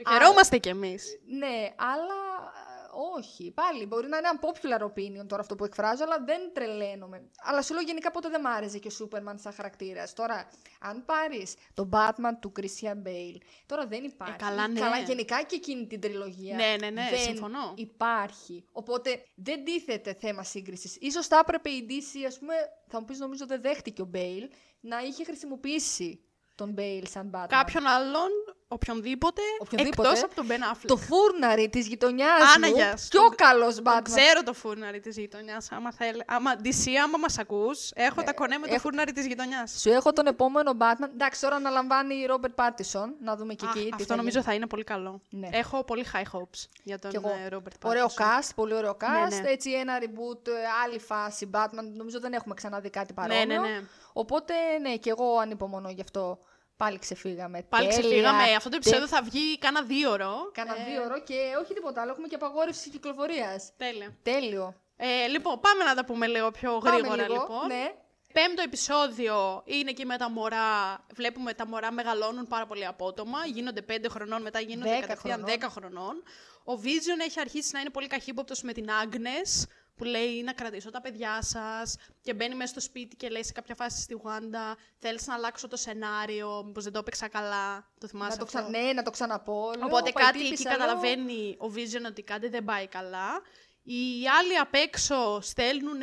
Speaker 1: Το Χαιρόμαστε κι εμείς.
Speaker 2: Ναι, αλλά ε, όχι. Πάλι μπορεί να είναι unpopular opinion τώρα αυτό που εκφράζω, αλλά δεν τρελαίνομαι. Αλλά σου λέω γενικά πότε δεν μ' άρεσε και ο Σούπερμαν σαν χαρακτήρας. Τώρα, αν πάρεις τον Batman του Christian Bale, τώρα δεν υπάρχει.
Speaker 1: Ε, καλά, ναι.
Speaker 2: γενικά και εκείνη την τριλογία.
Speaker 1: Ναι, ναι, ναι,
Speaker 2: δεν
Speaker 1: συμφωνώ.
Speaker 2: Υπάρχει. Οπότε δεν τίθεται θέμα σύγκρισης. σω θα έπρεπε η DC, ας πούμε, θα μου πεις νομίζω δεν δέχτηκε ο Bale, να είχε χρησιμοποιήσει τον Bale σαν Batman.
Speaker 1: Κάποιον άλλον, οποιονδήποτε,
Speaker 2: Οποιονδήποτε.
Speaker 1: εκτός από τον Ben Affleck.
Speaker 2: Το φούρναρι της γειτονιάς
Speaker 1: Άνα,
Speaker 2: μου.
Speaker 1: γεια σου.
Speaker 2: Πιο καλός
Speaker 1: Το
Speaker 2: Batman.
Speaker 1: ξέρω το φούρναρι της γειτονιάς. Άμα θέλει. Άμα, DC, άμα μας ακούς, έχω τα κονέ με το
Speaker 2: Ε, έχω-
Speaker 1: φούρναρι της γειτονιάς.
Speaker 2: Σου έχω τον επόμενο Batman. Εντάξει, τώρα αναλαμβάνει η Ρόμπερτ Πάτισον. Να δούμε και
Speaker 1: Αχ,
Speaker 2: εκεί. τι
Speaker 1: αυτό
Speaker 2: θα
Speaker 1: νομίζω θα είναι πολύ καλό.
Speaker 2: Ναι.
Speaker 1: Έχω πολύ high hopes για τον
Speaker 2: Κι εγώ.
Speaker 1: ε, Robert
Speaker 2: γίνει. Ωραίο
Speaker 1: Pattinson.
Speaker 2: cast, πολύ ωραίο cast.
Speaker 1: Ναι, ναι.
Speaker 2: Έτσι, ένα reboot, ε, άλλη φάση Batman. Νομίζω δεν έχουμε ξαναδεί κάτι παρόμοιο.
Speaker 1: Ναι, ναι, ναι.
Speaker 2: Οπότε, ναι, και εγώ ανυπομονώ γι' αυτό. Πάλι ξεφύγαμε.
Speaker 1: Πάλι
Speaker 2: Τέλεια.
Speaker 1: ξεφύγαμε. Αυτό το
Speaker 2: Τε-
Speaker 1: επεισόδιο θα βγει κάνα δύο ώρο.
Speaker 2: Κάνα
Speaker 1: Ε,
Speaker 2: δύο ώρο και όχι τίποτα άλλο. Έχουμε και απαγόρευση κυκλοφορίας.
Speaker 1: Τέλεια.
Speaker 2: Τέλειο.
Speaker 1: Ε, λοιπόν, πάμε να τα πούμε λίγο πιο
Speaker 2: Πάμε
Speaker 1: γρήγορα,
Speaker 2: λίγο.
Speaker 1: λοιπόν.
Speaker 2: Ναι.
Speaker 1: Πέμπτο επεισόδιο είναι εκεί με τα μωρά. Βλέπουμε τα μωρά μεγαλώνουν πάρα πολύ απότομα. Γίνονται 5 χρονών, μετά γίνονται
Speaker 2: Δέκα
Speaker 1: κατευθείαν
Speaker 2: χρονών.
Speaker 1: 10 χρονών. Ο Vision έχει αρχίσει να είναι πολύ καχύποπτος με την Άγνες που λέει να κρατήσω τα παιδιά σας και μπαίνει μέσα στο σπίτι και λέει σε κάποια φάση στη Γουάντα θέλεις να αλλάξω το σενάριο, μήπως δεν το έπαιξα καλά, το θυμάσαι
Speaker 2: Να το,
Speaker 1: αυτό?
Speaker 2: ξα... ναι, να το ξαναπώ. Λέω,
Speaker 1: Οπότε
Speaker 2: «Όπα, η
Speaker 1: κάτι εκεί
Speaker 2: τύπησα», λέω.
Speaker 1: καταλαβαίνει ο Vision ότι κάτι δεν πάει καλά. Οι άλλοι απ' έξω στέλνουν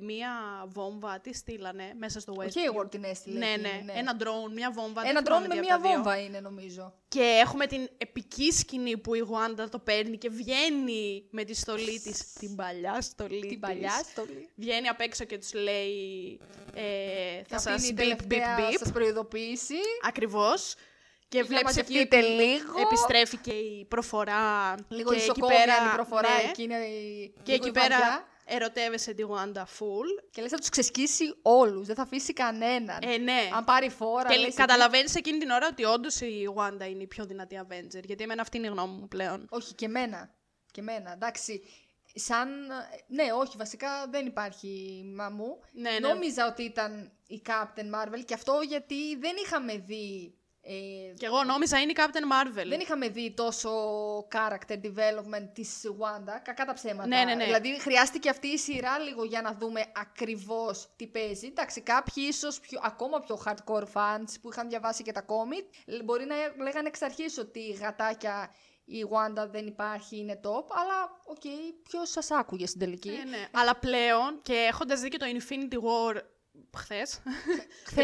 Speaker 1: μία βόμβα. Τι στείλανε μέσα στο
Speaker 2: Ο
Speaker 1: West.
Speaker 2: Hayward την έστειλε.
Speaker 1: ναι,
Speaker 2: εκείνη,
Speaker 1: ναι, Ένα drone, μία βόμβα. δεν
Speaker 2: Ένα
Speaker 1: θυμάμαι τι
Speaker 2: drone με
Speaker 1: απ'
Speaker 2: μία
Speaker 1: τα δύο.
Speaker 2: βόμβα είναι, νομίζω.
Speaker 1: Και έχουμε την επική σκηνή που η Γουάντα το παίρνει και βγαίνει με τη στολή της. Την παλιά στολή
Speaker 2: Την
Speaker 1: της.
Speaker 2: παλιά στολή.
Speaker 1: Βγαίνει απ' έξω και τους λέει ε, θα
Speaker 2: Αυτή είναι
Speaker 1: σας
Speaker 2: η
Speaker 1: μπιπ μπιπ
Speaker 2: τελευταία,
Speaker 1: μπιπ.
Speaker 2: Σας προειδοποιήσει.
Speaker 1: Ακριβώς. Και
Speaker 2: Για να
Speaker 1: βλέπεις εκεί
Speaker 2: μαζευτείτε
Speaker 1: ότι
Speaker 2: λίγο.
Speaker 1: επιστρέφει και η προφορά.
Speaker 2: Λίγο
Speaker 1: και εκεί
Speaker 2: ισοκόμια
Speaker 1: πέρα-
Speaker 2: η προφορά
Speaker 1: ναι,
Speaker 2: εκείνη. η-
Speaker 1: Και
Speaker 2: λίγο
Speaker 1: εκεί
Speaker 2: η
Speaker 1: πέρα
Speaker 2: βαριά.
Speaker 1: ερωτεύεσαι τη Wanda full.
Speaker 2: Και λες θα τους ξεσκίσει όλους, δεν θα αφήσει κανέναν.
Speaker 1: Ε, ναι.
Speaker 2: Αν πάρει φόρα.
Speaker 1: και
Speaker 2: λες,
Speaker 1: καταλαβαίνεις εκείνη την ώρα ότι όντως η Wanda είναι η πιο δυνατή Avenger. Γιατί εμένα αυτή είναι η γνώμη μου πλέον.
Speaker 2: Όχι, και εμένα. Και εμένα, εντάξει. Σαν. Ναι, όχι, βασικά δεν υπάρχει μαμού.
Speaker 1: Ναι, ναι.
Speaker 2: Νόμιζα ότι ήταν η Captain Marvel και αυτό γιατί δεν είχαμε δει. ε,
Speaker 1: Και εγώ νόμιζα είναι η Captain Marvel.
Speaker 2: Δεν είχαμε δει τόσο character development της Wanda, κακά τα ψέματα.
Speaker 1: Ναι, ναι, ναι.
Speaker 2: Δηλαδή χρειάστηκε αυτή η σειρά λίγο για να δούμε ακριβώς τι παίζει. Εντάξει, κάποιοι ίσως πιο, ακόμα πιο hardcore fans που είχαν διαβάσει και τα κόμιτ, μπορεί να λέγανε εξ αρχής ότι γατάκια η Wanda δεν υπάρχει, είναι top, αλλά οκ, ποιος σας άκουγε στην τελική.
Speaker 1: Ναι, ναι. Αλλά πλέον και έχοντας δει και το Infinity War χθες,
Speaker 2: Χθες.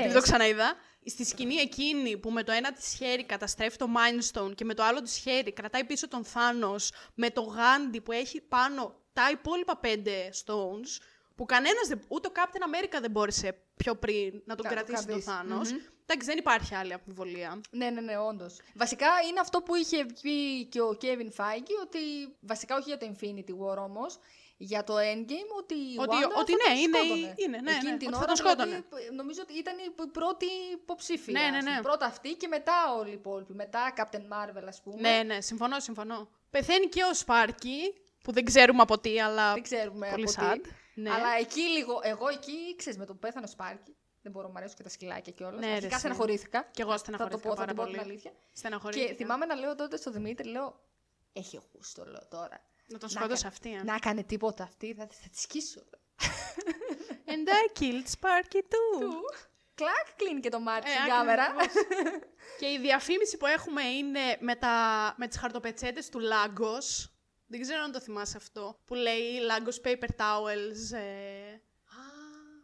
Speaker 1: επειδή το ξαναείδα, στη σκηνή εκείνη που με το ένα της χέρι καταστρέφει το Mindstone και με το άλλο της χέρι κρατάει πίσω τον Thanos με το γάντι που έχει πάνω τα υπόλοιπα πέντε stones, που κανένας, δεν- ούτε ο Captain America δεν μπόρεσε πιο πριν να τον
Speaker 2: Να το
Speaker 1: κρατήσει τον
Speaker 2: κρατήσει.
Speaker 1: Thanos. Εντάξει, δεν υπάρχει άλλη αμφιβολία.
Speaker 2: Ναι, ναι, ναι, όντως. Βασικά είναι αυτό που είχε πει και ο Kevin Feige, ότι βασικά όχι για το Infinity War όμως, για το Endgame, ότι. η
Speaker 1: Ότι-
Speaker 2: Wanda
Speaker 1: ότι
Speaker 2: θα
Speaker 1: ναι,
Speaker 2: τον
Speaker 1: είναι η-
Speaker 2: σκότωνε.
Speaker 1: είναι, ναι,
Speaker 2: Εκείνη
Speaker 1: ναι,
Speaker 2: την
Speaker 1: ότι θα
Speaker 2: ώρα,
Speaker 1: τον σκότωνε.
Speaker 2: Δηλαδή, νομίζω ότι ήταν η πρώτη υποψήφια.
Speaker 1: Ναι, ναι, ναι.
Speaker 2: Πρώτα αυτή και μετά όλοι οι υπόλοιποι. Μετά Captain Marvel, ας πούμε.
Speaker 1: Ναι, ναι, συμφωνώ, συμφωνώ. Πεθαίνει και ο Σπάρκι, που δεν ξέρουμε από τι, αλλά
Speaker 2: Δεν ξέρουμε
Speaker 1: πολύ
Speaker 2: από
Speaker 1: sad.
Speaker 2: τι.
Speaker 1: Ναι.
Speaker 2: Αλλά εκεί λίγο, εγώ εκεί, ξέρεις, με το που πέθανε ο Σπάρκι, δεν μπορώ, μου αρέσουν και τα σκυλάκια κιόλας.
Speaker 1: Ναι, ρε,
Speaker 2: Αρχικά
Speaker 1: εσύ.
Speaker 2: στεναχωρήθηκα.
Speaker 1: Κι εγώ
Speaker 2: Θα το
Speaker 1: στεναχωρήθηκα
Speaker 2: πω, θα
Speaker 1: πάρα
Speaker 2: την πω την
Speaker 1: πολύ.
Speaker 2: αλήθεια.
Speaker 1: Στεναχωρήθηκα.
Speaker 2: Και θυμάμαι να λέω τότε στο Δημήτρη, λέω, έχει γούστο, λέω τώρα.
Speaker 1: Να τον
Speaker 2: Να
Speaker 1: σκότωσε
Speaker 2: κα-
Speaker 1: αυτή. ε.
Speaker 2: Να κάνει τίποτα αυτή, θα, θα τη σκίσω.
Speaker 1: And I killed Sparky too.
Speaker 2: Κλακ, κλείνει και το μάτι
Speaker 1: Ε,
Speaker 2: στην κάμερα.
Speaker 1: ακριβώς. και η διαφήμιση που έχουμε είναι με, τα, με τις χαρτοπετσέτες του Lagos. Δεν ξέρω αν το θυμάσαι αυτό. Που λέει Lagos Paper Towels. ε,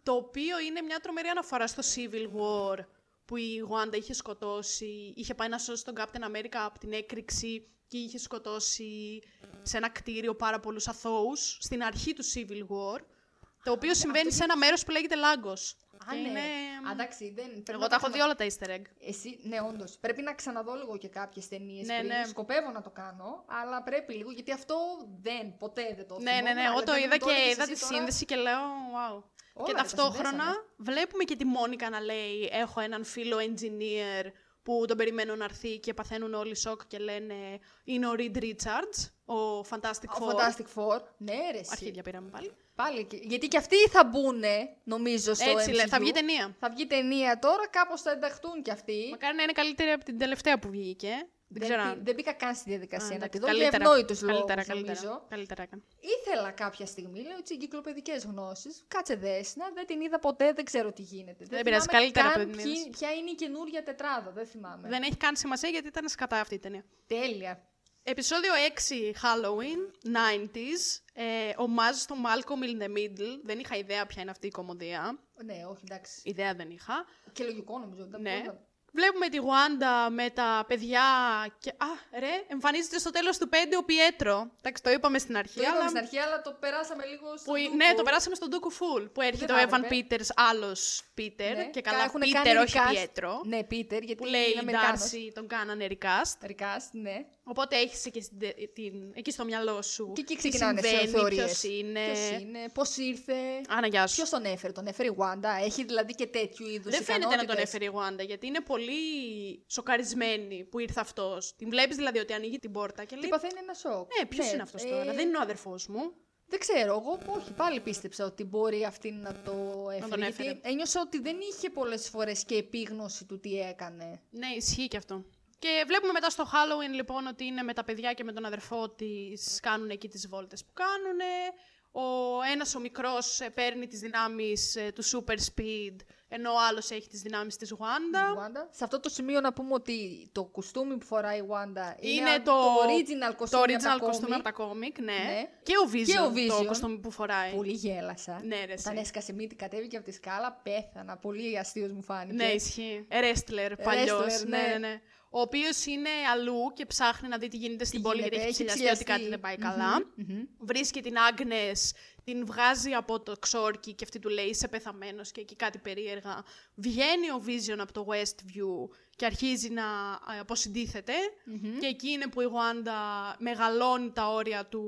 Speaker 1: το οποίο είναι μια τρομερή αναφορά στο Civil War που η Γουάντα είχε σκοτώσει, είχε πάει να σώσει τον Captain America από την έκρηξη και είχε σκοτώσει σε ένα κτίριο πάρα πολλούς αθώους στην αρχή του Civil War, το οποίο συμβαίνει σε ένα μέρος που λέγεται Λάγκος.
Speaker 2: Α,
Speaker 1: Και
Speaker 2: ναι.
Speaker 1: είναι-
Speaker 2: Αντάξει, δεν... πρέπει
Speaker 1: Εγώ
Speaker 2: να
Speaker 1: τα έχω
Speaker 2: ξανα-
Speaker 1: δει όλα τα easter egg.
Speaker 2: Εσύ, ναι, όντως. Πρέπει να ξαναδώ λίγο και κάποιες ταινίες.
Speaker 1: Ναι,
Speaker 2: πριν.
Speaker 1: ναι.
Speaker 2: Σκοπεύω να το κάνω, αλλά πρέπει λίγο γιατί αυτό δεν, ποτέ δεν το
Speaker 1: Ναι, ναι,
Speaker 2: θυμόμουν,
Speaker 1: ναι, εγώ
Speaker 2: αλλά
Speaker 1: το
Speaker 2: δεν
Speaker 1: είδα
Speaker 2: μου
Speaker 1: και
Speaker 2: έλεγες
Speaker 1: είδα
Speaker 2: εσύ
Speaker 1: τη
Speaker 2: τώρα.
Speaker 1: σύνδεση και λέω wow.
Speaker 2: Όλα
Speaker 1: και
Speaker 2: τα
Speaker 1: ταυτόχρονα
Speaker 2: συνδέσαμε.
Speaker 1: βλέπουμε και τη Μόνικα να λέει έχω έναν φίλο engineer που τον περιμένω να έρθει και παθαίνουν όλοι σοκ και λένε είναι ο Reed Richards, ο Fantastic
Speaker 2: Ο
Speaker 1: Four.
Speaker 2: Fantastic Four. Ναι, ρε. εσύ.
Speaker 1: Αρχίδια πήραμε πάλι.
Speaker 2: Πάλι. και- Γιατί και αυτοί θα μπουν, νομίζω, στο
Speaker 1: Έτσι λέει, θα
Speaker 2: MCU.
Speaker 1: βγει ταινία.
Speaker 2: Θα βγει ταινία τώρα, κάπως θα ενταχθούν κι αυτοί.
Speaker 1: Μακάρι να είναι καλύτερη από την τελευταία που βγήκε. Δεν, ξέρω
Speaker 2: μπή-
Speaker 1: αν...
Speaker 2: δεν μπήκα καν στη
Speaker 1: Α,
Speaker 2: διαδικασία να τη
Speaker 1: εντάξει,
Speaker 2: δω. Για ευνόητου λόγου.
Speaker 1: καλύτερα, καλύτερα, καλύτερα έκανε.
Speaker 2: Ήθελα κάποια στιγμή, λέω, τι εγκυκλοπαιδικές γνώσεις. Κάτσε δέσνα, δεν την είδα ποτέ, δεν ξέρω τι γίνεται.
Speaker 1: Δεν πειράζει,
Speaker 2: θυμάμαι
Speaker 1: καλύτερα
Speaker 2: καν
Speaker 1: από την
Speaker 2: ποιοι-
Speaker 1: είδες.
Speaker 2: Ποια είναι η καινούρια τετράδα, δεν θυμάμαι.
Speaker 1: Δεν έχει καν σημασία γιατί ήταν σκατά αυτή η ταινία.
Speaker 2: Τέλεια.
Speaker 1: Επισόδιο 6 Halloween, 90s, ε, ομάζ στο Malcolm in the Middle. Δεν είχα ιδέα ποια είναι αυτή η κομμωδία.
Speaker 2: Ναι, όχι, εντάξει.
Speaker 1: Ιδέα δεν είχα.
Speaker 2: Και λογικό νομίζω. δεν
Speaker 1: Ναι.
Speaker 2: μπορώ να-
Speaker 1: Βλέπουμε τη Γουάντα με τα παιδιά και... Α, ρε, εμφανίζεται στο τέλος του 5 ο Πιέτρο. Εντάξει, το είπαμε στην αρχή,
Speaker 2: Το είπαμε
Speaker 1: αλλά...
Speaker 2: στην αρχή, αλλά το περάσαμε λίγο στο.
Speaker 1: Που, ναι, το περάσαμε στον Ντούκου Φουλ, που έρχεται ο
Speaker 2: θα
Speaker 1: Evan
Speaker 2: έπρεπε.
Speaker 1: Peters, άλλος Peter, και καλά
Speaker 2: έχουν
Speaker 1: Peter,
Speaker 2: Ναι. κάνει
Speaker 1: όχι
Speaker 2: recast.
Speaker 1: Πιέτρο,
Speaker 2: Ναι, Πίτερ, γιατί
Speaker 1: που λέει
Speaker 2: είναι
Speaker 1: η
Speaker 2: Αμερικάνος.
Speaker 1: Darcy, τον κάνανε recast.
Speaker 2: Recast, ναι.
Speaker 1: Οπότε έχεις και στην τε- την, εκεί στο μυαλό σου
Speaker 2: Και εκεί
Speaker 1: τι
Speaker 2: ξεκινάνε
Speaker 1: συμβαίνει,
Speaker 2: οι θεωρίες.
Speaker 1: ποιος είναι.
Speaker 2: Ποιος είναι, πώς ήρθε.
Speaker 1: Άνα, γεια σου.
Speaker 2: Ποιος τον έφερε, τον έφερε η Wanda. Έχει δηλαδή και τέτοιου είδους.
Speaker 1: Δεν φαίνεται να τον έφερε η Γουάντα, γιατί είναι πολύ σοκαρισμένη που ήρθε αυτός. Την βλέπεις δηλαδή ότι ανοίγει την πόρτα και
Speaker 2: Τι
Speaker 1: λέει.
Speaker 2: παθαίνει ένα σοκ.
Speaker 1: Ναι, ποιος είναι αυτός τώρα,
Speaker 2: ε,
Speaker 1: δεν είναι ο αδερφός μου.
Speaker 2: Δεν ξέρω, εγώ όχι, πάλι πίστεψα ότι μπορεί αυτή να το έφερε.
Speaker 1: τον έφερε.
Speaker 2: Γιατί ένιωσα ότι δεν είχε πολλές φορές και επίγνωση του τι έκανε.
Speaker 1: Ναι, ισχύει και αυτό. Και βλέπουμε μετά στο Halloween λοιπόν ότι είναι με τα παιδιά και με τον αδερφό της, κάνουν εκεί τις βόλτες που κάνουν. Ο ένας ο μικρός παίρνει τις δυνάμεις του Super Speed, ενώ ο άλλος έχει τις δυνάμεις της Γουάντα.
Speaker 2: Η Wanda. Σε αυτό το σημείο να πούμε ότι το κουστούμι που φοράει η Wanda είναι,
Speaker 1: Είναι
Speaker 2: από
Speaker 1: το,
Speaker 2: original
Speaker 1: το
Speaker 2: κουστούμι. από τα
Speaker 1: original
Speaker 2: comic.
Speaker 1: κοστούμι από τα κόμικ, ναι.
Speaker 2: Ναι.
Speaker 1: Και ο Vision,
Speaker 2: Και ο
Speaker 1: το
Speaker 2: Vision.
Speaker 1: κοστούμι που φοράει.
Speaker 2: Πολύ γέλασα.
Speaker 1: Ναι, ρε,
Speaker 2: Όταν
Speaker 1: εσύ.
Speaker 2: έσκασε μύτη, κατέβηκε από τη σκάλα, πέθανα. Πολύ αστείος μου φάνηκε.
Speaker 1: Ναι, ισχύει. Wrestler, παλιός.
Speaker 2: Wrestler,
Speaker 1: Ναι,
Speaker 2: ναι.
Speaker 1: ναι, ναι. Ο οποίος είναι αλλού και ψάχνει να δει τι γίνεται στην
Speaker 2: Τι
Speaker 1: πόλη
Speaker 2: γίνεται,
Speaker 1: γιατί έχει
Speaker 2: έχει
Speaker 1: ψηλιαστεί ότι
Speaker 2: ψηλιαστεί.
Speaker 1: κάτι δεν πάει
Speaker 2: Μμμ,
Speaker 1: καλά.
Speaker 2: μμμ.
Speaker 1: Βρίσκει την Άγνες, την βγάζει από το ξόρκι και αυτή του λέει είσαι πεθαμένος και εκεί κάτι περίεργα. Βγαίνει ο Vision από το Westview και αρχίζει να ε, αποσυντίθεται. Και εκεί είναι που η Γουάντα μεγαλώνει τα όρια του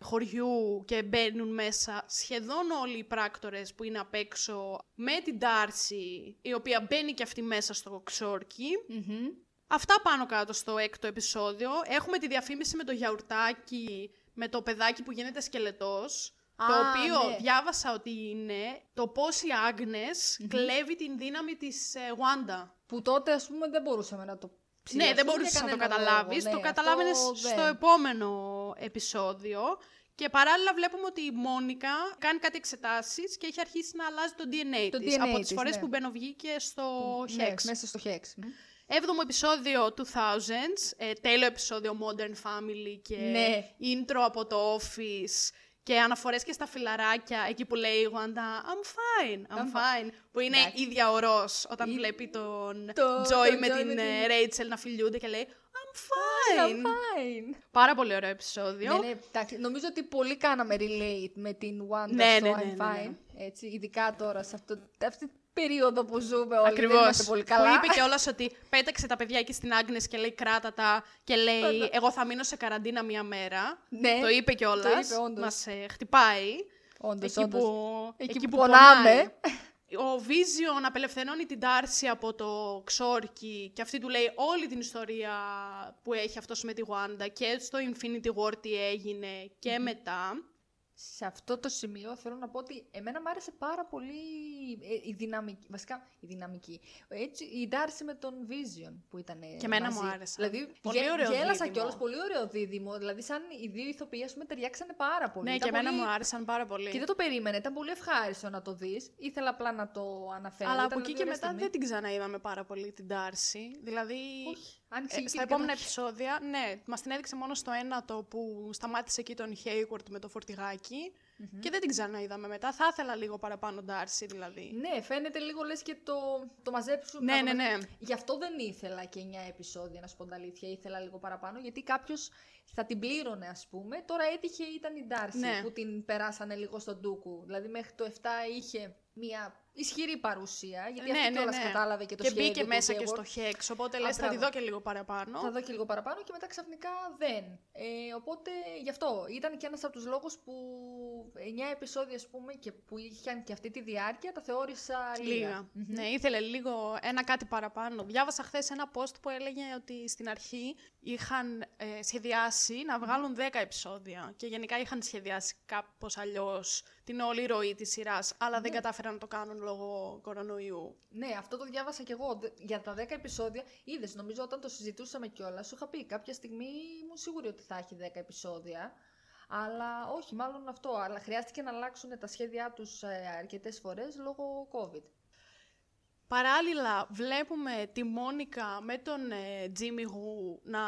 Speaker 1: χωριού και μπαίνουν μέσα σχεδόν όλοι οι πράκτορες που είναι απ' έξω με την Τάρση η οποία μπαίνει και αυτή μέσα στο ξόρκι.
Speaker 2: Μμμ.
Speaker 1: Αυτά πάνω κάτω στο έκτο επεισόδιο. Έχουμε τη διαφήμιση με το γιαουρτάκι, με το παιδάκι που γίνεται σκελετός.
Speaker 2: Α,
Speaker 1: το οποίο
Speaker 2: ναι.
Speaker 1: διάβασα ότι είναι το πώς η αγνες κλέβει την δύναμη της ε, Wanda.
Speaker 2: Που τότε, ας πούμε, δεν μπορούσαμε να το
Speaker 1: Ναι,
Speaker 2: ψηλιαστούμε
Speaker 1: δεν
Speaker 2: για
Speaker 1: μπορούσες να το
Speaker 2: κανέναν
Speaker 1: καταλάβει.
Speaker 2: λόγο.
Speaker 1: το
Speaker 2: Ναι,
Speaker 1: καταλάβαινε
Speaker 2: αυτό
Speaker 1: στο
Speaker 2: δεν.
Speaker 1: επόμενο επεισόδιο. Και παράλληλα βλέπουμε ότι η Μόνικα κάνει κάτι εξετάσεις και έχει αρχίσει να αλλάζει το DNA
Speaker 2: Το
Speaker 1: της
Speaker 2: DNA
Speaker 1: από τις
Speaker 2: της,
Speaker 1: φορές
Speaker 2: ναι.
Speaker 1: που μπαινοβγήκε στο
Speaker 2: Ναι,
Speaker 1: Hex.
Speaker 2: μέσα στο Hex. Μμμ.
Speaker 1: Έβδομο επεισόδιο 2000s, ε, τέλειο επεισόδιο Modern Family και
Speaker 2: Ναι.
Speaker 1: intro από το Office και αναφορές και στα φιλαράκια, εκεί που λέει η Wanda I'm fine, I'm,
Speaker 2: I'm
Speaker 1: fine, που είναι
Speaker 2: Εντάξει.
Speaker 1: ίδια ορός όταν
Speaker 2: Ή-
Speaker 1: βλέπει τον
Speaker 2: Το-
Speaker 1: Joy
Speaker 2: τον
Speaker 1: με
Speaker 2: Joy
Speaker 1: την
Speaker 2: με την-
Speaker 1: ε, Rachel να φιλιούνται και λέει I'm fine.
Speaker 2: I'm fine.
Speaker 1: Πάρα πολύ ωραίο επεισόδιο.
Speaker 2: Ναι, ναι, εντάξει, νομίζω ότι πολύ κάναμε relate με την Wanda
Speaker 1: Ναι,
Speaker 2: στο
Speaker 1: ναι, ναι,
Speaker 2: I'm
Speaker 1: ναι, ναι.
Speaker 2: Fine. Έτσι, ειδικά τώρα σε αυτό, αυτή περίοδο που ζούμε όλοι.
Speaker 1: Ακριβώς.
Speaker 2: Δεν είμαστε πολύ καλά.
Speaker 1: Που είπε κιόλας ότι πέταξε τα παιδιά εκεί στην Άγνες και λέει κράτα τα και λέει Εγώ θα μείνω σε καραντίνα μία μέρα.
Speaker 2: Ναι,
Speaker 1: το είπε κιόλας.
Speaker 2: το είπε, όντως.
Speaker 1: Μας χτυπάει.
Speaker 2: όντως,
Speaker 1: εκεί,
Speaker 2: όντως.
Speaker 1: που,
Speaker 2: Εκεί
Speaker 1: εκεί
Speaker 2: που
Speaker 1: που
Speaker 2: πονάμε.
Speaker 1: πονάει. Ο Βίζιον απελευθερώνει την Τάρση από το Ξόρκι και αυτή του λέει όλη την ιστορία που έχει αυτός με τη Γουάντα και στο Infinity War τι έγινε και μετά.
Speaker 2: Σε αυτό το σημείο θέλω να πω ότι εμένα μου άρεσε πάρα πολύ ε, η δυναμική. Βασικά η δυναμική. Έτσι, η Ντάρση με τον Vision που ήταν. ε,
Speaker 1: Και εμένα
Speaker 2: μαζί.
Speaker 1: μου άρεσε.
Speaker 2: Δηλαδή,
Speaker 1: Πολύ
Speaker 2: γέ-
Speaker 1: ωραίο
Speaker 2: γέλασα
Speaker 1: δίδυμο.
Speaker 2: κιόλας. Πολύ ωραίο δίδυμο. Δηλαδή, σαν οι δύο ηθοποιοί, ας πούμε, ταιριάξανε πάρα πολύ.
Speaker 1: Ναι,
Speaker 2: Ήταν
Speaker 1: και εμένα
Speaker 2: πολύ-
Speaker 1: μου άρεσαν πάρα πολύ.
Speaker 2: Και δεν το περίμενε. Ήταν πολύ ευχάριστο να το δεις. Ήθελα απλά να το αναφέρω.
Speaker 1: Αλλά από
Speaker 2: Ήταν
Speaker 1: εκεί
Speaker 2: μια
Speaker 1: και
Speaker 2: ωραία
Speaker 1: μετά
Speaker 2: στιγμή.
Speaker 1: δεν την ξαναείδαμε πάρα πολύ την Τάρση. Δηλαδή,
Speaker 2: Όχι. Άνοιξε
Speaker 1: ε,
Speaker 2: και
Speaker 1: στα
Speaker 2: την
Speaker 1: επόμενα
Speaker 2: κατοχή.
Speaker 1: επεισόδια, ναι, μας την έδειξε μόνο στο ένατο που σταμάτησε εκεί τον Χέικορτ με το φορτηγακι και δεν την ξαναείδαμε μετά. Θα ήθελα λίγο παραπάνω Τάρση δηλαδή.
Speaker 2: Ναι, φαίνεται λίγο λες και το, το μαζέψουν.
Speaker 1: Ναι,
Speaker 2: να το
Speaker 1: ναι,
Speaker 2: μαζέψουν.
Speaker 1: ναι.
Speaker 2: Γι' αυτό δεν ήθελα και 9 επεισόδια, να σου πω την αλήθεια. Ήθελα λίγο παραπάνω, γιατί κάποιος θα την πλήρωνε, ας πούμε. Τώρα έτυχε ήταν η Ντάρση
Speaker 1: Ναι.
Speaker 2: που την περάσανε λίγο στον Τούκου. Δηλαδή μέχρι το 7 είχε μια ισχυρή παρουσία, γιατί
Speaker 1: Ναι,
Speaker 2: αυτή
Speaker 1: ναι,
Speaker 2: κιόλας
Speaker 1: ναι.
Speaker 2: κατάλαβε και το
Speaker 1: και
Speaker 2: σχέδιο
Speaker 1: μπήκε
Speaker 2: του
Speaker 1: μέσα και
Speaker 2: Hayward.
Speaker 1: στο Χέξ, οπότε λες θα τη
Speaker 2: μπράβο.
Speaker 1: δω και λίγο παραπάνω.
Speaker 2: Θα δω και λίγο παραπάνω και μετά ξαφνικά δεν. Ε, οπότε γι' αυτό ήταν και ένας από τους λόγους που 9 επεισόδια ας πούμε και που είχαν και αυτή τη διάρκεια τα θεώρησα λίγα.
Speaker 1: Λίγα.
Speaker 2: Μμμ.
Speaker 1: Ναι, ήθελε λίγο ένα κάτι παραπάνω. Διάβασα χθες ένα post που έλεγε ότι στην αρχή είχαν ε, σχεδιάσει να βγάλουν 10 επεισόδια και γενικά είχαν σχεδιάσει κάπως αλλιώς την όλη ροή της σειράς, αλλά δεν κατάφεραν να το κάνουν λόγω κορονοϊού.
Speaker 2: Ναι, αυτό το διάβασα κι εγώ. Δε- Για τα 10 επεισόδια, είδες, νομίζω όταν το συζητούσαμε κιόλας, σου είχα πει κάποια στιγμή ήμουν σίγουρη ότι θα έχει 10 επεισόδια. Αλλά όχι, μάλλον αυτό. Αλλά χρειάστηκε να αλλάξουν τα σχέδιά τους αρκετές φορές λόγω COVID.
Speaker 1: Παράλληλα, βλέπουμε τη Μόνικα με τον ε, Τζίμι Γου να,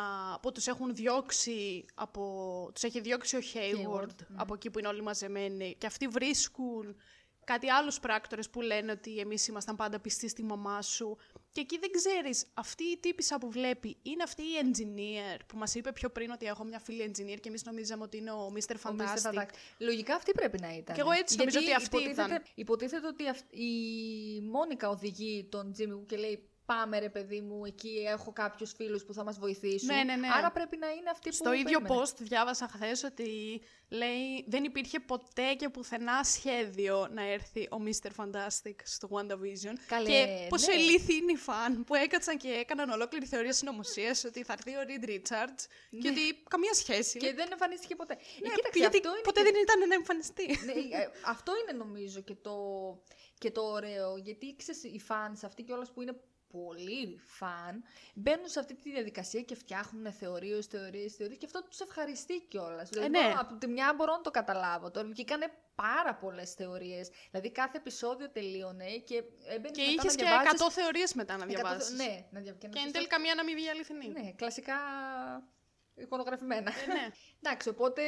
Speaker 1: που τους έχουν διώξει από... Τους έχει διώξει ο
Speaker 2: Hayward,
Speaker 1: Hayward
Speaker 2: ναι.
Speaker 1: από εκεί που είναι όλοι μαζεμένοι. Και αυτοί βρίσκουν κάτι άλλους πράκτορες που λένε ότι εμείς ήμασταν πάντα πιστοί στη μαμά σου. Και εκεί δεν ξέρεις, αυτή η τύπησα που βλέπει είναι αυτή η engineer που μας είπε πιο πριν ότι έχω μια φίλη engineer και εμείς νομίζαμε ότι είναι ο Mr.
Speaker 2: Ο Mr.
Speaker 1: Fantastic.
Speaker 2: Fantastic. Λογικά αυτή πρέπει να ήταν.
Speaker 1: Κι εγώ έτσι νομίζω
Speaker 2: Γιατί
Speaker 1: ότι αυτή
Speaker 2: υποτίθεται,
Speaker 1: ήταν.
Speaker 2: Υποτίθεται ότι αυ- η Μόνικα οδηγεί τον Τζίμι Γου και λέει Πάμε ρε παιδί μου, εκεί έχω κάποιους φίλους που θα μας βοηθήσουν.
Speaker 1: Ναι, ναι, ναι.
Speaker 2: Άρα πρέπει να είναι αυτή που.
Speaker 1: Στο ίδιο
Speaker 2: περίμενε.
Speaker 1: post διάβασα χθες ότι λέει δεν υπήρχε ποτέ και πουθενά σχέδιο να έρθει ο Mr. Fantastic στο WandaVision.
Speaker 2: Καλέ,
Speaker 1: και πόσο
Speaker 2: ναι.
Speaker 1: ηλίθιοι είναι οι φαν που έκατσαν και έκαναν ολόκληρη θεωρία συνωμοσία ότι θα έρθει ο Reed Richards και ότι καμία σχέση.
Speaker 2: Ναι. Και δεν εμφανίστηκε ποτέ. Ε,
Speaker 1: Ναι,
Speaker 2: κοίταξε,
Speaker 1: γιατί
Speaker 2: αυτό είναι
Speaker 1: ποτέ
Speaker 2: και-
Speaker 1: δεν ήταν να εμφανιστεί.
Speaker 2: Ναι, ε, αυτό είναι νομίζω και το, και το ωραίο. Γιατί ξέρεις, οι fans αυτοί κιόλας που είναι πολύ φαν, μπαίνουν σε αυτή τη διαδικασία και φτιάχνουν θεωρίες, θεωρίες, θεωρίες και αυτό τους ευχαριστεί κιόλας. δηλαδή,
Speaker 1: ναι.
Speaker 2: μπορώ- από τη μια μπορώ να το καταλάβω. Τώρα βγήκανε πάρα πολλές θεωρίες. Δηλαδή κάθε επεισόδιο τελείωνε και έμπαινε
Speaker 1: και είχες και 100 θεωρίες μετά να διαβάσεις.
Speaker 2: Ναι, να διαβ- να
Speaker 1: Και εν
Speaker 2: πεις
Speaker 1: τέλει
Speaker 2: το-
Speaker 1: καμία να μην βγει αληθινή.
Speaker 2: Ναι, κλασικά εικονογραφημένα.
Speaker 1: Ε, ναι.
Speaker 2: Εντάξει, οπότε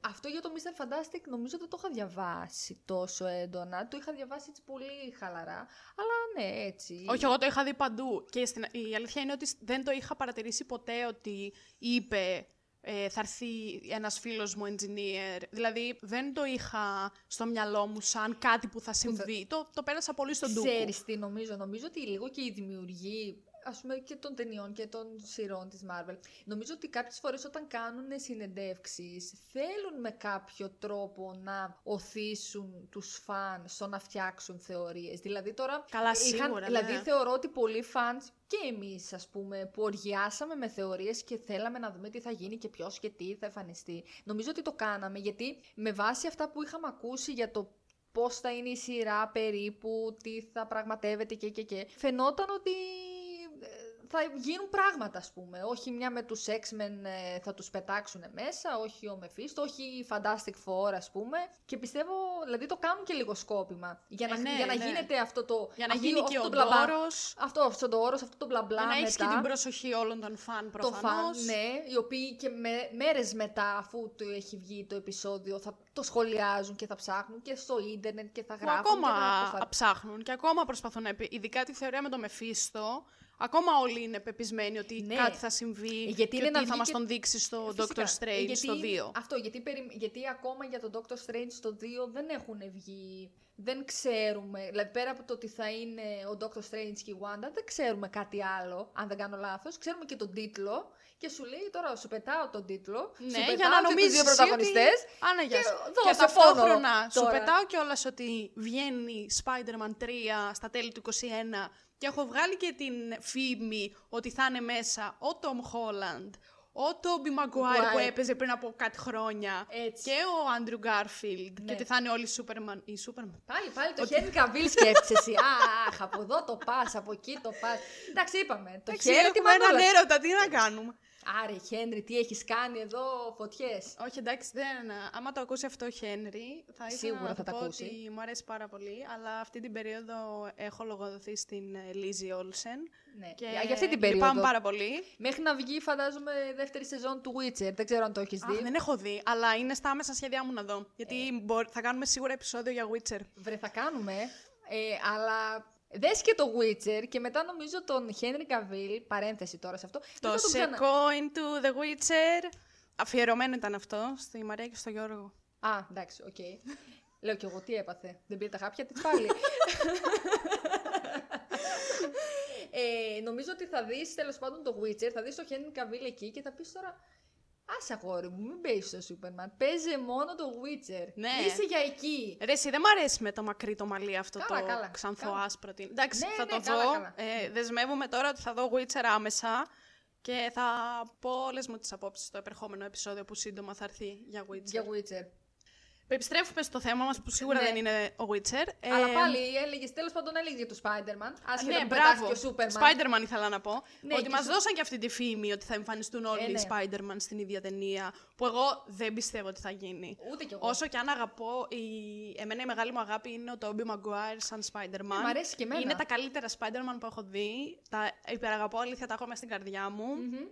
Speaker 2: αυτό για το Mr. Fantastic νομίζω δεν το είχα διαβάσει τόσο έντονα. Το είχα διαβάσει έτσι πολύ χαλαρά. Αλλά ναι, έτσι.
Speaker 1: Όχι, εγώ το είχα δει παντού. Και στην, η αλήθεια είναι ότι σ- δεν το είχα παρατηρήσει ποτέ ότι είπε ε, θα έρθει ένας φίλος μου engineer. Δηλαδή δεν το είχα στο μυαλό μου σαν κάτι που θα συμβεί. Το, το πέρασα πολύ στον τούκο.
Speaker 2: Ξέρεις τι νομίζω. Νομίζω ότι λίγο και οι δημιουργοί ας πούμε και των ταινιών και των σειρών της Marvel. Νομίζω ότι κάποιες φορές όταν κάνουν συνεντεύξεις θέλουν με κάποιο τρόπο να οθήσουν τους φαν στο να φτιάξουν θεωρίες. Δηλαδή τώρα
Speaker 1: Καλά,
Speaker 2: Είχαν-
Speaker 1: σίγουρα.
Speaker 2: δηλαδή
Speaker 1: ναι.
Speaker 2: θεωρώ ότι πολλοί fans και εμείς ας πούμε που οργιάσαμε με θεωρίες και θέλαμε να δούμε τι θα γίνει και ποιος και τι θα εμφανιστεί. Νομίζω ότι το κάναμε γιατί με βάση αυτά που είχαμε ακούσει για το πώς θα είναι η σειρά περίπου, τι θα πραγματεύεται και και και φαινόταν ότι ε, θα γίνουν πράγματα ας πούμε. Όχι μια με τους X-Men ε, θα τους πετάξουν μέσα, όχι ο Μεφίστο, όχι η Fantastic Four ας πούμε. Και πιστεύω, δηλαδή το κάνουν και λίγο σκόπιμα για να,
Speaker 1: Ε, ναι,
Speaker 2: για να
Speaker 1: ναι.
Speaker 2: γίνεται αυτό το
Speaker 1: Για να
Speaker 2: αυτή-
Speaker 1: γίνει
Speaker 2: αυτό
Speaker 1: και ο
Speaker 2: το μπλα μπλα.
Speaker 1: δώρος,
Speaker 2: Αυτό, αυτό το όρο, αυτό το μπλα μπλα.
Speaker 1: για να
Speaker 2: μετά,
Speaker 1: έχεις και την προσοχή όλων των φαν
Speaker 2: το
Speaker 1: προφανώς.
Speaker 2: φαν, ναι, οι οποίοι και με, μέρες μετά αφού το έχει βγει το επεισόδιο θα το σχολιάζουν και θα ψάχνουν και στο ίντερνετ και θα
Speaker 1: Που
Speaker 2: γράφουν
Speaker 1: ακόμα
Speaker 2: και θα αποφα-
Speaker 1: ψάχνουν και ακόμα προσπαθούν να επι... Ειδικά τη θεωρία με το Μεφίστο, ακόμα όλοι είναι πεπισμένοι ότι
Speaker 2: Ναι.
Speaker 1: κάτι θα συμβεί
Speaker 2: Γιατί
Speaker 1: και
Speaker 2: είναι
Speaker 1: ότι
Speaker 2: να
Speaker 1: θα
Speaker 2: βγει
Speaker 1: μας
Speaker 2: και- Ε,
Speaker 1: τον δείξει στο
Speaker 2: Φυσικά.
Speaker 1: Doctor Strange
Speaker 2: Γιατί-
Speaker 1: στο 2.
Speaker 2: Αυτό, γιατί, περι- γιατί ακόμα για τον Doctor Strange στο 2 δεν έχουν βγει δεν ξέρουμε, δηλαδή πέρα από το ότι θα είναι ο Dr. Strange και η Wanda, δεν ξέρουμε κάτι άλλο, αν δεν κάνω λάθος. Ξέρουμε και τον τίτλο και σου λέει τώρα σου πετάω τον τίτλο,
Speaker 1: Ναι,
Speaker 2: σου πετάω
Speaker 1: για να
Speaker 2: και τους
Speaker 1: νομίζεις
Speaker 2: δύο
Speaker 1: εσύ
Speaker 2: πρωταγωνιστές.
Speaker 1: Άνα, γεια
Speaker 2: Και
Speaker 1: σου.
Speaker 2: δώσε
Speaker 1: Και ταυτόχρονα
Speaker 2: πόνο
Speaker 1: σου
Speaker 2: τώρα.
Speaker 1: πετάω κιόλας ότι βγαίνει Spider-Man 3 στα τέλη του 21 και έχω βγάλει και την φήμη ότι θα είναι μέσα ο Tom Holland, ο Tobey Maguire που
Speaker 2: Maguire.
Speaker 1: έπαιζε πριν από κάτι χρόνια
Speaker 2: Έτσι.
Speaker 1: και ο Andrew Garfield και
Speaker 2: Ναι.
Speaker 1: ότι θα είναι όλοι οι Superman. Οι Superman.
Speaker 2: Πάλι, πάλι το Henry Cavill σκέφτεσαι εσύ. Αχ, από εδώ το πας, από εκεί το πας. Εντάξει, είπαμε. Το
Speaker 1: Εντάξει,
Speaker 2: χέρι τι
Speaker 1: έχουμε έναν έρωτα, τι να κάνουμε.
Speaker 2: Άρε, Χένρι, τι έχεις κάνει εδώ, φωτιές.
Speaker 1: Όχι, εντάξει, δεν. Άμα το ακούσει αυτό ο Χένρι, θα ήθελα
Speaker 2: Σίγουρα
Speaker 1: να
Speaker 2: θα
Speaker 1: του
Speaker 2: τα
Speaker 1: πω
Speaker 2: ακούσει.
Speaker 1: ότι μου αρέσει πάρα πολύ, αλλά αυτή την περίοδο έχω λογοδοθεί στην Λίζη Όλσεν.
Speaker 2: Ναι.
Speaker 1: Και
Speaker 2: Για, για αυτή την περίοδο.
Speaker 1: Λυπάμαι πάρα πολύ.
Speaker 2: Μέχρι να βγει, φαντάζομαι, δεύτερη σεζόν του Witcher. Δεν ξέρω αν το έχεις
Speaker 1: Α,
Speaker 2: δει.
Speaker 1: δεν έχω δει, αλλά είναι στα άμεσα σχέδιά μου να δω. Γιατί μπορεί- θα κάνουμε σίγουρα επεισόδιο για Witcher.
Speaker 2: Βρε, θα κάνουμε. Ε, αλλά δες και το Witcher και μετά νομίζω τον Henry Cavill, παρένθεση τώρα σε αυτό.
Speaker 1: Το
Speaker 2: δεν θα τον
Speaker 1: Second
Speaker 2: ξανα-
Speaker 1: to the Witcher. Αφιερωμένο ήταν αυτό στη Μαρία και στο Γιώργο.
Speaker 2: Α, εντάξει, οκ. Λέω κι εγώ τι έπαθε. Δεν πήρε τα χάπια της πάλι. ε, νομίζω ότι θα δεις τέλος πάντων το Witcher, θα δεις το Henry Cavill εκεί και θα πεις τώρα. Άσε αγόρι μου, μην παίζεις στο Superman. Παίζε μόνο το Witcher.
Speaker 1: Ναι.
Speaker 2: Είσαι για εκεί.
Speaker 1: Ρε, εσύ δεν μ' αρέσει με το μακρύ το μαλλί αυτό
Speaker 2: Καλά,
Speaker 1: το
Speaker 2: καλά,
Speaker 1: ξανθό
Speaker 2: καλά.
Speaker 1: άσπρο. τι- Εντάξει,
Speaker 2: Ναι,
Speaker 1: θα
Speaker 2: ναι,
Speaker 1: το
Speaker 2: καλά,
Speaker 1: δω.
Speaker 2: καλά.
Speaker 1: Ε, δεσμεύομαι τώρα ότι θα δω Witcher άμεσα και θα πω όλες μου τις απόψεις στο επερχόμενο επεισόδιο που σύντομα θα έρθει για Witcher.
Speaker 2: Για Witcher.
Speaker 1: Επιστρέφουμε στο θέμα μας που σίγουρα
Speaker 2: Ναι.
Speaker 1: δεν είναι ο Witcher.
Speaker 2: Αλλά
Speaker 1: Ε,
Speaker 2: πάλι έλεγες, τέλος πάντων έλεγες για το Spider-Man. Άσχετα
Speaker 1: ναι,
Speaker 2: που
Speaker 1: μπράβο.
Speaker 2: πετάχτηκε ο Superman.
Speaker 1: Spider-Man ήθελα να πω.
Speaker 2: Ναι,
Speaker 1: ότι
Speaker 2: και
Speaker 1: μα
Speaker 2: σου-
Speaker 1: δώσαν και αυτή τη φήμη ότι θα εμφανιστούν όλοι
Speaker 2: Ε, ναι.
Speaker 1: οι Spider-Man στην ίδια ταινία. Που εγώ δεν πιστεύω ότι θα γίνει.
Speaker 2: Ούτε κι εγώ.
Speaker 1: Όσο και αν αγαπώ, η... εμένα η μεγάλη μου αγάπη είναι ο Tobey Maguire σαν Spider-Man.
Speaker 2: Ναι, μ' αρέσει και εμένα.
Speaker 1: Είναι τα καλύτερα Spider-Man που έχω δει. Τα υπεραγαπώ, αλήθεια, τα έχω μέσα στην καρδιά μου.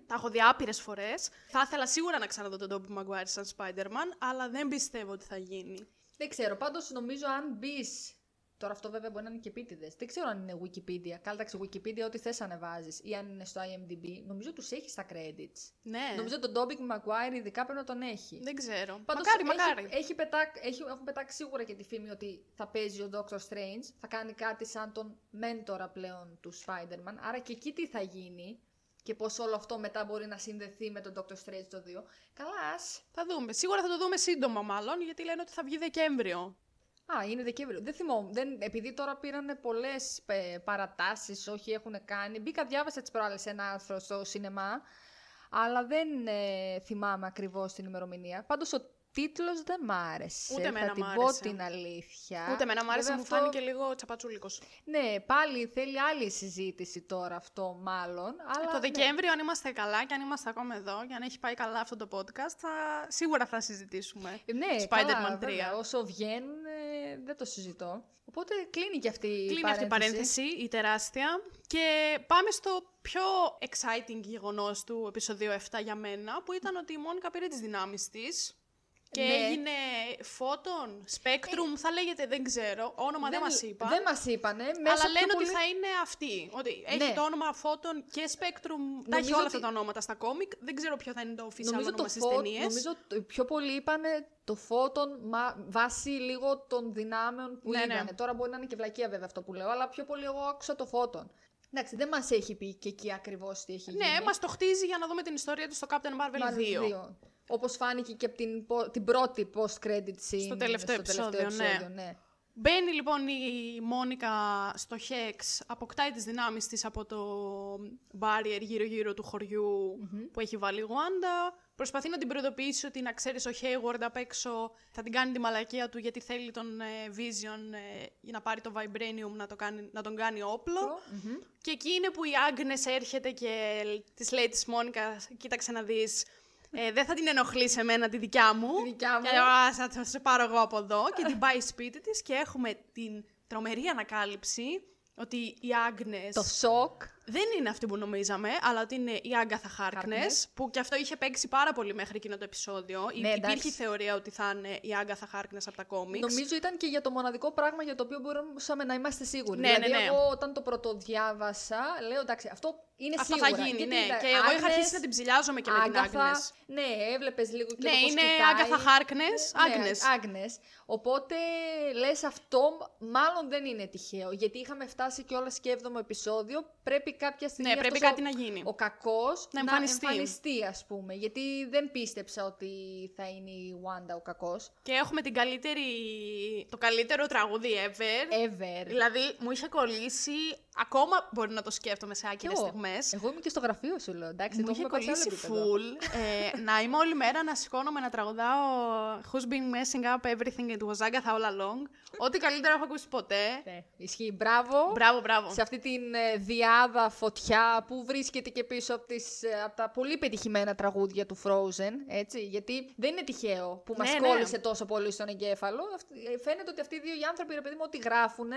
Speaker 1: Τα έχω δει άπειρες φορές. Θα ήθελα σίγουρα να ξαναδώ τον Tobey Maguire σαν Spider-Man, αλλά δεν πιστεύω ότι θα γίνει.
Speaker 2: Δεν ξέρω. Πάντως νομίζω αν μπεις. Τώρα αυτό βέβαια μπορεί να είναι και επίτηδε. Δεν ξέρω αν είναι Wikipedia. Κάλταξε Wikipedia, ό,τι θες ανεβάζεις ή αν είναι στο IMDb. Νομίζω τους έχεις στα credits.
Speaker 1: Ναι.
Speaker 2: Νομίζω τον Τόμπικ Maguire ειδικά πρέπει να τον έχει.
Speaker 1: Δεν ξέρω.
Speaker 2: Πάντως,
Speaker 1: μακάρι,
Speaker 2: έχει-
Speaker 1: μακάρι.
Speaker 2: Έχει, πετά- έχει, έχουν πετάξει σίγουρα και τη φήμη ότι θα παίζει ο Doctor Strange. Θα κάνει κάτι σαν τον μέντορα πλέον του Spider-Man. Άρα και εκεί τι θα γίνει και πώς όλο αυτό μετά μπορεί να συνδεθεί με τον Doctor Strange το 2. Καλά, ας.
Speaker 1: Θα δούμε. Σίγουρα θα το δούμε σύντομα, μάλλον, γιατί λένε ότι θα βγει Δεκέμβριο.
Speaker 2: Α, είναι Δεκέμβριο. Δεν θυμόμουν. Δεν, επειδή τώρα πήραν πολλέ παρατάσεις, όχι έχουν κάνει. Μπήκα, διάβασα τις προάλλες ένα άρθρο στο σινεμά, αλλά δεν ε, θυμάμαι ακριβώς την ημερομηνία. Πάντως ο τίτλος δεν μ' άρεσε.
Speaker 1: Ούτε
Speaker 2: θα
Speaker 1: εμένα
Speaker 2: την
Speaker 1: μ'
Speaker 2: πω
Speaker 1: άρεσε.
Speaker 2: την αλήθεια.
Speaker 1: Ούτε εμένα μου άρεσε,
Speaker 2: Βέβαια
Speaker 1: μου
Speaker 2: αυτό-
Speaker 1: φάνηκε λίγο τσαπατσούλικος.
Speaker 2: Ναι, πάλι θέλει άλλη συζήτηση τώρα αυτό, μάλλον. Αλλά,
Speaker 1: Ε, το
Speaker 2: ναι.
Speaker 1: Δεκέμβριο, αν είμαστε καλά και αν είμαστε ακόμα εδώ και αν έχει πάει καλά αυτό το podcast, θα... σίγουρα θα συζητήσουμε.
Speaker 2: Ναι,
Speaker 1: Spider-Man
Speaker 2: καλά,
Speaker 1: 3.
Speaker 2: βέβαια. Όσο βγαίνουν, ε, δεν το συζητώ. Οπότε κλείνει και αυτή η
Speaker 1: Κλείνει αυτή η παρένθεση, η τεράστια. Και πάμε στο πιο exciting γεγονός του επεισοδίου 7 για μένα, που ήταν ότι η Μόνικα πήρε τις δυνάμεις της. Και
Speaker 2: Ναι. Ε,
Speaker 1: έγινε φώτον, spectrum, θα λέγεται, δεν ξέρω, όνομα δεν, μας μα είπαν.
Speaker 2: Δεν μας είπανε.
Speaker 1: Αλλά λένε ότι θα είναι αυτή. Ότι έχει
Speaker 2: Ναι.
Speaker 1: το όνομα Photon και Spectrum. Τα
Speaker 2: Νομίζω
Speaker 1: έχει όλα
Speaker 2: ότι-
Speaker 1: αυτά τα ονόματα στα κόμικ. Δεν ξέρω ποιο θα είναι το official
Speaker 2: Νομίζω
Speaker 1: όνομα
Speaker 2: το
Speaker 1: στις
Speaker 2: φω-
Speaker 1: ταινίες.
Speaker 2: Νομίζω το- πιο πολύ είπανε το φώτον μα, βάσει λίγο των δυνάμεων που
Speaker 1: Ναι, ναι.
Speaker 2: είδανε. Τώρα μπορεί να είναι και βλακεία βέβαια αυτό που λέω, αλλά πιο πολύ εγώ άκουσα το φώτον. Εντάξει, δεν μας έχει πει και εκεί ακριβώς τι έχει γίνει.
Speaker 1: Ναι, μας το χτίζει για να δούμε την ιστορία του στο Captain Marvel 2.
Speaker 2: Μάλλον δύο. Όπως φάνηκε και από την, πο- την πρώτη post-credit scene.
Speaker 1: τελευταίο επεισόδιο, ναι. Μπαίνει λοιπόν η Μόνικα στο Hex, αποκτάει τις δυνάμεις της από το barrier γύρω-γύρω του χωριου που έχει βάλει η Γουάντα. Προσπαθεί να την προειδοποιήσει ότι να ξέρεις ο Hayward απ' έξω θα την κάνει τη μαλακία του γιατί θέλει τον ε, Vision ε, για να πάρει το Vibranium να, το κάνει, να τον κάνει όπλο.
Speaker 2: Μμμ.
Speaker 1: Και εκεί είναι που η Άγνες έρχεται και της λέει της Μόνικας «Κοίταξε να δεις, ε, δεν θα την ενοχλείς εμένα τη δικιά μου».
Speaker 2: Τη δικιά μου.
Speaker 1: Και λέω, «Α, θα θα σε πάρω εγώ από εδώ και την πάει σπίτι της και έχουμε την τρομερή ανακάλυψη ότι η Άγνες
Speaker 2: Το σοκ.
Speaker 1: δεν είναι αυτή που νομίζαμε, αλλά ότι είναι η Άγκαθα Χάρκνε,
Speaker 2: Harkness.
Speaker 1: που κι αυτό είχε παίξει πάρα πολύ μέχρι εκείνο το επεισόδιο. Υ-
Speaker 2: Ναι, εντάξει.
Speaker 1: Υπήρχε η θεωρία ότι θα είναι η Άγκαθα Χάρκνε από τα κόμιξ.
Speaker 2: Νομίζω ήταν και για το μοναδικό πράγμα για το οποίο μπορούσαμε να είμαστε σίγουροι.
Speaker 1: Ναι,
Speaker 2: δηλαδή,
Speaker 1: ναι, ναι.
Speaker 2: εγώ όταν το πρωτοδιάβασα, λέω εντάξει, αυτό είναι
Speaker 1: Αυτό
Speaker 2: σίγουρα.
Speaker 1: θα γίνει,
Speaker 2: Γιατί
Speaker 1: ναι.
Speaker 2: ήταν
Speaker 1: Και εγώ είχα
Speaker 2: Άγνες,
Speaker 1: αρχίσει να την ψηλιάζομαι και με την
Speaker 2: Άγκαθα.
Speaker 1: Άγνες.
Speaker 2: Ναι, έβλεπες λίγο και
Speaker 1: Ναι,
Speaker 2: το πώς
Speaker 1: είναι
Speaker 2: κοιτάει.
Speaker 1: Άγκαθα Χάρκνε. Άγνες.
Speaker 2: Ναι, Άγνες. Οπότε λες αυτό μάλλον δεν είναι τυχαίο. Γιατί είχαμε φτάσει κιόλας και έβδομο επεισόδιο. Πρέπει κάποια στιγμή.
Speaker 1: Ναι, πρέπει
Speaker 2: αυτός
Speaker 1: κάτι
Speaker 2: ο...
Speaker 1: να γίνει.
Speaker 2: Ο κακός
Speaker 1: Να εμφανιστεί.
Speaker 2: να εμφανιστεί, ας πούμε. Γιατί δεν πίστεψα ότι θα είναι η Wanda ο κακός.
Speaker 1: Και έχουμε την καλύτερη... το καλύτερο τραγούδι ever.
Speaker 2: Ever.
Speaker 1: Δηλαδή, μου είχε κολλήσει. Ακόμα μπορεί να το σκέφτομαι σε
Speaker 2: Κι
Speaker 1: άκυρε
Speaker 2: εγώ.
Speaker 1: στιγμές.
Speaker 2: Εγώ ήμουν και στο γραφείο σου, λέω. Εντάξει,
Speaker 1: Μου
Speaker 2: το
Speaker 1: είχε
Speaker 2: έχουμε πάει σε άλλο
Speaker 1: κολλήσει
Speaker 2: επίπεδο.
Speaker 1: full. ε, να είμαι όλη μέρα να σηκώνομαι να τραγουδάω Who's been messing up everything it was Agatha all along. Ό,τι καλύτερο έχω ακούσει ποτέ.
Speaker 2: Ναι, ισχύει. Μπράβο.
Speaker 1: μπράβο, μπράβο.
Speaker 2: Σε αυτή την ε, διάδα φωτιά που βρίσκεται και πίσω από, τις, ε, από τα πολύ πετυχημένα τραγούδια του Frozen, έτσι, γιατί δεν είναι τυχαίο που μας
Speaker 1: Ναι, ναι.
Speaker 2: κόλλησε τόσο πολύ στον εγκέφαλο. Αυτ- ε, Φαίνεται ότι αυτοί οι δύο οι άνθρωποι, ρε παιδί μου, ό,τι γράφουν,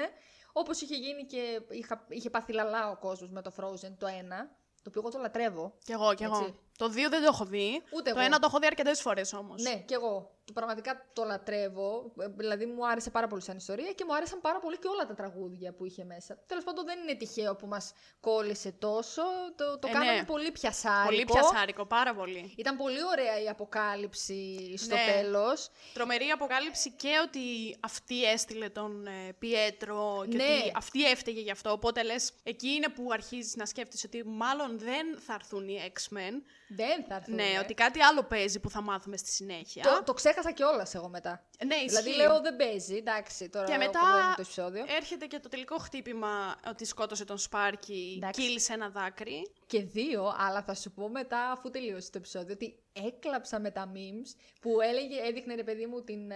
Speaker 2: όπως είχε γίνει και είχα, είχε πάθει λαλά ο κόσμος με το Frozen το ένα, το οποίο εγώ το λατρεύω.
Speaker 1: Κι εγώ, κι εγώ.
Speaker 2: Έτσι.
Speaker 1: Το δύο δεν το έχω δει.
Speaker 2: Ούτε
Speaker 1: το
Speaker 2: εγώ.
Speaker 1: ένα το έχω δει αρκετές φορές όμως.
Speaker 2: Ναι, κι εγώ. Το Πραγματικά το λατρεύω. Ε, Δηλαδή μου άρεσε πάρα πολύ σαν ιστορία και μου άρεσαν πάρα πολύ και όλα τα τραγούδια που είχε μέσα. Τέλος πάντων, δεν είναι τυχαίο που μας κόλλησε τόσο. Το, το
Speaker 1: Ε,
Speaker 2: κάναμε
Speaker 1: ναι.
Speaker 2: πολύ πιασάρικο.
Speaker 1: Πολύ πιασάρικο, πάρα πολύ.
Speaker 2: Ήταν πολύ ωραία η αποκάλυψη στο
Speaker 1: Ναι.
Speaker 2: τέλος.
Speaker 1: Τρομερή αποκάλυψη και ότι αυτή έστειλε τον ε, Πιέτρο και
Speaker 2: Ναι.
Speaker 1: ότι αυτή έφταιγε γι' αυτό. Οπότε λες, εκεί είναι που αρχίζεις να σκέφτεσαι ότι μάλλον δεν θα έρθουν οι X-Men.
Speaker 2: Δεν θα έρθουν.
Speaker 1: Ναι, ότι κάτι άλλο παίζει που θα μάθουμε στη συνέχεια.
Speaker 2: Το, το ξέχασα κιόλας εγώ μετά.
Speaker 1: Ναι, ισχύει.
Speaker 2: Δηλαδή λέω δεν παίζει, εντάξει, τώρα
Speaker 1: και μετά
Speaker 2: κοβαλάμε το επεισόδιο.
Speaker 1: έρχεται και το τελικό χτύπημα ότι σκότωσε τον Σπάρκι,
Speaker 2: Εντάξει.
Speaker 1: κύλησε ένα δάκρυ.
Speaker 2: Και δύο, αλλά θα σου πω μετά, αφού τελειώσει το επεισόδιο, ότι έκλαψα με τα memes που έλεγε, έδειχνε ρε παιδί μου την ε,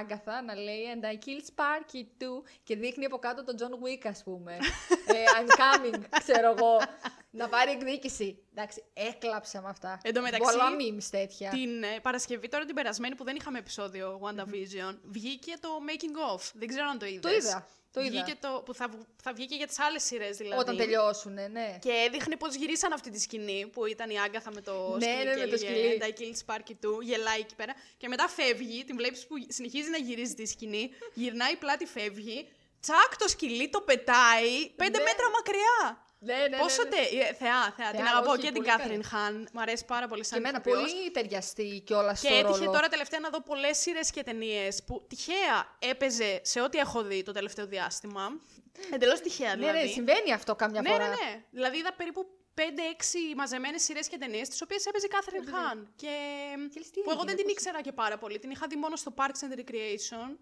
Speaker 2: Άγκαθα να λέει And I killed Sparky too και δείχνει από κάτω τον John Wick ας πούμε. ε, I'm coming, ξέρω εγώ. να πάρει εκδίκηση. Εντάξει, έκλαψα με αυτά.
Speaker 1: Εν τω μεταξύ,
Speaker 2: Πολλά memes τέτοια.
Speaker 1: Την ε, Παρασκευή, τώρα την περασμένη που δεν είχαμε επεισόδιο WandaVision, βγήκε το Making of. Δεν ξέρω αν το είδες.
Speaker 2: Το είδα, το είδα.
Speaker 1: Βγήκε το, που θα, βγ- θα βγει και για τις άλλες σειρές δηλαδή.
Speaker 2: Όταν τελειώσουνε, ναι.
Speaker 1: Και έδειχνε πώς γυρίσαν αυτή τη σκηνή που ήταν η Άγκαθα με το
Speaker 2: Ναι,
Speaker 1: σκυλί
Speaker 2: ναι,
Speaker 1: και
Speaker 2: με το
Speaker 1: έλεγε,
Speaker 2: σκυλί.
Speaker 1: «And I killed Sparky του, γελάει εκεί πέρα. Και μετά φεύγει, την βλέπεις που συνεχίζει να γυρίζει τη σκηνή, γυρνάει πλάτη, φεύγει. Τσακ το σκυλί το πετάει πέντε
Speaker 2: Ναι.
Speaker 1: μέτρα μακριά.
Speaker 2: Ναι, ναι, ναι,
Speaker 1: Πόσο
Speaker 2: ναι.
Speaker 1: τε. ε, Θεά, θεά. Την
Speaker 2: Θεά,
Speaker 1: αγαπώ
Speaker 2: όχι,
Speaker 1: και την
Speaker 2: πολύ
Speaker 1: Κάθριν Χάν. Μ' αρέσει πάρα πολύ
Speaker 2: Και
Speaker 1: σαν
Speaker 2: εμένα
Speaker 1: ηθοποιός.
Speaker 2: πολύ ταιριαστεί κιόλας
Speaker 1: Και
Speaker 2: στο ρόλο.
Speaker 1: έτυχε τώρα τελευταία να δω πολλές σειρές και ταινίες που τυχαία έπαιζε σε ό,τι έχω δει το τελευταίο διάστημα. Εντελώς τυχαία
Speaker 2: Ναι,
Speaker 1: δηλαδή.
Speaker 2: ναι, συμβαίνει αυτό καμιά
Speaker 1: Ναι,
Speaker 2: φορά.
Speaker 1: ναι, ναι. Δηλαδή είδα περίπου 5-6 μαζεμένες σειρές και ταινίες, τις οποίες έπαιζε η Κάθριν Χάν. Και...
Speaker 2: Ξέρεις τι
Speaker 1: Που εγώ
Speaker 2: έγινε,
Speaker 1: δεν την
Speaker 2: πώς-
Speaker 1: ήξερα και πάρα πολύ. Την είχα δει μόνο στο Parks and Recreation,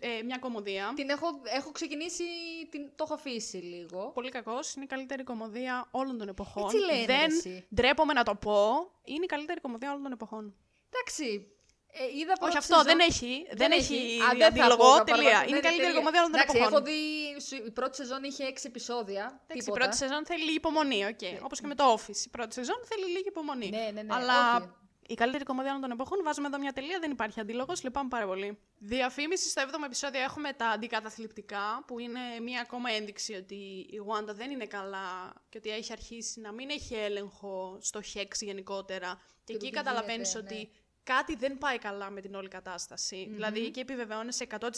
Speaker 1: ε, μια κομμωδία.
Speaker 2: Την έχω, έχω ξεκινήσει, την, το έχω αφήσει λίγο.
Speaker 1: Πολύ κακός. Είναι η καλύτερη κομμωδία όλων των εποχών.
Speaker 2: Έτσι λένε,
Speaker 1: δεν
Speaker 2: ρε, εσύ.
Speaker 1: ντρέπομαι να το πω. Είναι η καλύτερη κομμωδία όλων των εποχών.
Speaker 2: Εντάξει, ε, είδα πρώτη
Speaker 1: Όχι, αυτό
Speaker 2: σεζόν.
Speaker 1: δεν έχει. Δεν, έχει
Speaker 2: Α, δεν θα πω,
Speaker 1: αντίλογο.
Speaker 2: θα
Speaker 1: Τελεία.
Speaker 2: παραπάνω.
Speaker 1: Είναι η
Speaker 2: Ναι,
Speaker 1: καλύτερη
Speaker 2: τελεία.
Speaker 1: κομμωδία όλων των
Speaker 2: Εντάξει,
Speaker 1: εποχών.
Speaker 2: έχω δει, σου- η πρώτη σεζόν είχε έξι επεισόδια,
Speaker 1: Εντάξει, η
Speaker 2: τίποτα.
Speaker 1: πρώτη σεζόν θέλει υπομονή, οκ. Όπως και με το Office. Η πρώτη σεζόν θέλει λίγη υπομονή.
Speaker 2: Ναι, ναι, ναι,
Speaker 1: Αλλά
Speaker 2: όχι.
Speaker 1: η καλύτερη κομμωδία όλων των εποχών, βάζουμε εδώ μια τελεία, δεν υπάρχει αντίλογος, λυπάμαι πάρα πολύ. Διαφήμιση στο 7ο επεισόδιο έχουμε τα αντικαταθλιπτικά, που είναι μια ακόμα ένδειξη ότι η Wanda δεν είναι καλά και ότι έχει αρχίσει να μην έχει έλεγχο στο Hex γενικότερα. Και
Speaker 2: του
Speaker 1: εκεί
Speaker 2: τι
Speaker 1: καταλαβαίνεις
Speaker 2: γίνεται,
Speaker 1: ότι
Speaker 2: ναι.
Speaker 1: κάτι δεν πάει καλά με την όλη κατάσταση. Δηλαδή εκεί επιβεβαιώνεσαι 100%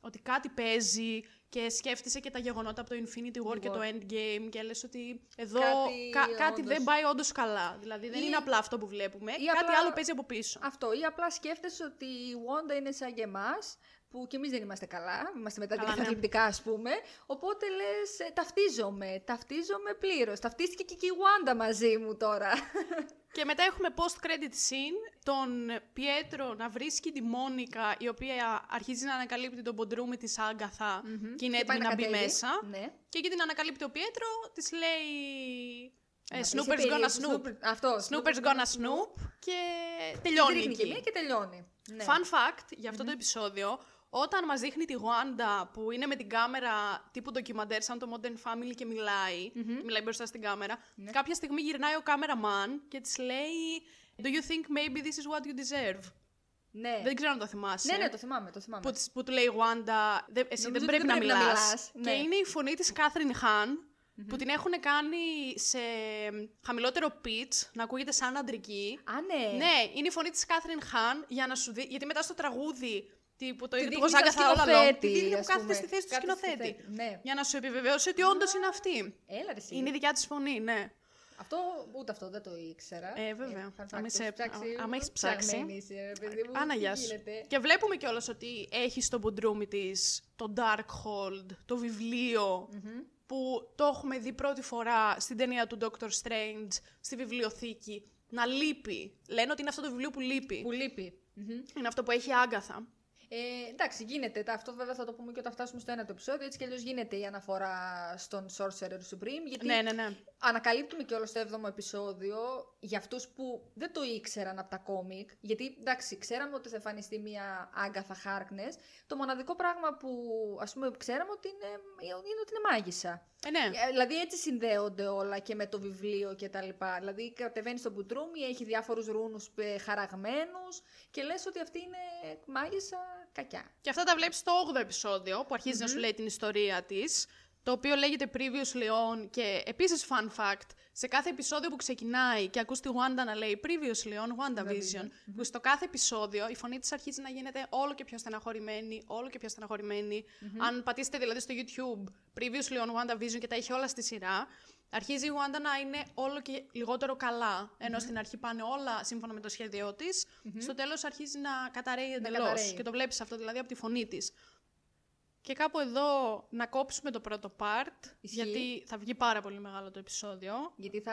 Speaker 1: ότι κάτι παίζει και σκέφτεσαι και τα γεγονότα από το Infinity War και
Speaker 2: War.
Speaker 1: το Endgame και λες ότι εδώ
Speaker 2: Κάτι
Speaker 1: κα- κάτι
Speaker 2: όντως.
Speaker 1: δεν πάει όντως καλά. Δηλαδή δεν
Speaker 2: Ή-
Speaker 1: είναι απλά αυτό που βλέπουμε,
Speaker 2: ή
Speaker 1: κάτι
Speaker 2: απλά-
Speaker 1: άλλο παίζει από πίσω.
Speaker 2: Αυτό, ή απλά σκέφτεσαι ότι η Wanda είναι σαν και εμάς, που κι εμείς δεν είμαστε καλά, είμαστε μετά την
Speaker 1: Καλά, ναι.
Speaker 2: καταθλιπτικά ας πούμε, οπότε λες ε, ταυτίζομαι, ταυτίζομαι πλήρως, ταυτίστηκε και η Wanda μαζί μου τώρα.
Speaker 1: Και μετά έχουμε post-credit scene, τον Πιέτρο να βρίσκει τη Μόνικα, η οποία αρχίζει να ανακαλύπτει τον ποντρούμι της αγκαθα και είναι
Speaker 2: Και πάει
Speaker 1: έτοιμη να, μπει
Speaker 2: κατέβει.
Speaker 1: μέσα.
Speaker 2: Ναι.
Speaker 1: Και εκεί την ανακαλύπτει ο Πιέτρο, της λέει.
Speaker 2: Να
Speaker 1: Ε,
Speaker 2: πεις
Speaker 1: Snoopers
Speaker 2: περίπου,
Speaker 1: gonna snoop.
Speaker 2: Snoop- Αυτό.
Speaker 1: Snoopers gonna snoop. Και τελειώνει.
Speaker 2: Ρίχνει και μία
Speaker 1: εκεί.
Speaker 2: και τελειώνει. Ναι.
Speaker 1: Fun fact για αυτό το επεισόδιο, όταν μας δείχνει τη Γουάντα που είναι με την κάμερα τύπου ντοκιμαντέρ σαν το Modern Family και μιλάει, και μιλάει μπροστά στην κάμερα,
Speaker 2: Ναι.
Speaker 1: κάποια στιγμή γυρνάει ο cameraman και της λέει «Do you think maybe this is what you deserve»
Speaker 2: Ναι.
Speaker 1: Δεν ξέρω αν το θυμάσαι.
Speaker 2: ναι, ναι, το θυμάμαι, το θυμάμαι.
Speaker 1: που, της- που του λέει η Γουάντα «Δε- «Εσύ
Speaker 2: Νομίζω
Speaker 1: δεν
Speaker 2: ότι
Speaker 1: πρέπει,
Speaker 2: δεν
Speaker 1: να,
Speaker 2: πρέπει να
Speaker 1: μιλάς.
Speaker 2: μιλάς, ναι.
Speaker 1: Και είναι η φωνή της Κάθριν Χάν που την έχουν κάνει σε χαμηλότερο pitch, να ακούγεται σαν αντρική.
Speaker 2: Α, ναι.
Speaker 1: Ναι, είναι η φωνή της Κάθριν Χαν για να σου δει, γιατί μετά στο τραγούδι τύπου το
Speaker 2: Τη
Speaker 1: είδε του
Speaker 2: δείχνει σαν
Speaker 1: Κοζάκα Θαόλαλο,
Speaker 2: σκηνοθέτη,
Speaker 1: τη δείχνει που
Speaker 2: ας
Speaker 1: κάθεται
Speaker 2: πούμε.
Speaker 1: στη θέση του
Speaker 2: Κάθεται στη
Speaker 1: σκηνοθέτη.
Speaker 2: θέση. Ναι.
Speaker 1: Για να σου επιβεβαιώσει ότι όντως είναι αυτή.
Speaker 2: Έλα ρε εσύ.
Speaker 1: Είναι η δικιά της φωνή, ναι.
Speaker 2: Αυτό, ούτε αυτό δεν το ήξερα.
Speaker 1: Ε, βέβαια.
Speaker 2: fun fact,
Speaker 1: Άμα
Speaker 2: το
Speaker 1: είσαι-
Speaker 2: έχεις ψάξει,
Speaker 1: άμα έχεις
Speaker 2: ψαγμένη
Speaker 1: ψάξει.
Speaker 2: είσαι, ε, ρε παιδί μου,
Speaker 1: Άνα,
Speaker 2: τι
Speaker 1: γεια σου.
Speaker 2: γίνεται.
Speaker 1: Και βλέπουμε κιόλας ότι έχεις στο μπουντρούμι της το Darkhold, το βιβλιο που το έχουμε δει πρώτη φορά στην ταινία του Doctor Strange, στη βιβλιοθήκη, να λείπει. Λένε ότι είναι αυτό το βιβλίο που λείπει.
Speaker 2: Που λείπει. Μμμ.
Speaker 1: Είναι αυτό που έχει η άγκαθα.
Speaker 2: Ε, εντάξει, γίνεται. Τα- Αυτό βέβαια θα το πούμε και όταν φτάσουμε στο ένα το επεισόδιο. Έτσι κι αλλιώς γίνεται η αναφορά στον Sorcerer Supreme. Γιατί
Speaker 1: Ναι, ναι, ναι.
Speaker 2: ανακαλύπτουμε και όλο στο 7ο επεισόδιο για αυτούς που δεν το ήξεραν από τα κόμικ. Γιατί εντάξει, ξέραμε ότι θα εμφανιστεί μια Άγκαθα Χάρκνε. Το μοναδικό πράγμα που ας πούμε ξέραμε ότι είναι, είναι ότι είναι μάγισσα.
Speaker 1: Ε, ναι.
Speaker 2: Ε, Δηλαδή έτσι συνδέονται όλα και με το βιβλίο και τα λοιπά. Δηλαδή κατεβαίνει στο μπουτρούμι, έχει διάφορους ρούνους ε, χαραγμένους και λες ότι αυτή είναι μάγισσα κακιά.
Speaker 1: Και αυτά τα βλέπεις στο 8ο επεισόδιο που αρχιζει να σου λέει την ιστορία της, το οποίο λέγεται Previous Leon και επίσης fun fact, σε κάθε επεισόδιο που ξεκινάει και ακούς τη Wanda να λέει Previous Leon, WandaVision, που στο κάθε επεισόδιο η φωνή της αρχίζει να γίνεται όλο και πιο στεναχωρημένη, όλο και πιο στεναχωρημενη Αν πατήσετε δηλαδή στο YouTube Previous Leon, WandaVision και τα έχει όλα στη σειρά, αρχίζει η Wanda να είναι όλο και λιγότερο καλά, ενώ στην αρχή πάνε όλα σύμφωνα με το σχέδιό της, στο τέλος αρχίζει να καταραίει εντελώς
Speaker 2: καταραίει.
Speaker 1: και το βλέπεις αυτό δηλαδή από τη φωνή της. Και κάπου εδώ να κόψουμε το πρώτο part,
Speaker 2: Ισχύει.
Speaker 1: γιατί θα βγει πάρα πολύ μεγάλο το επεισόδιο.
Speaker 2: Γιατί θα,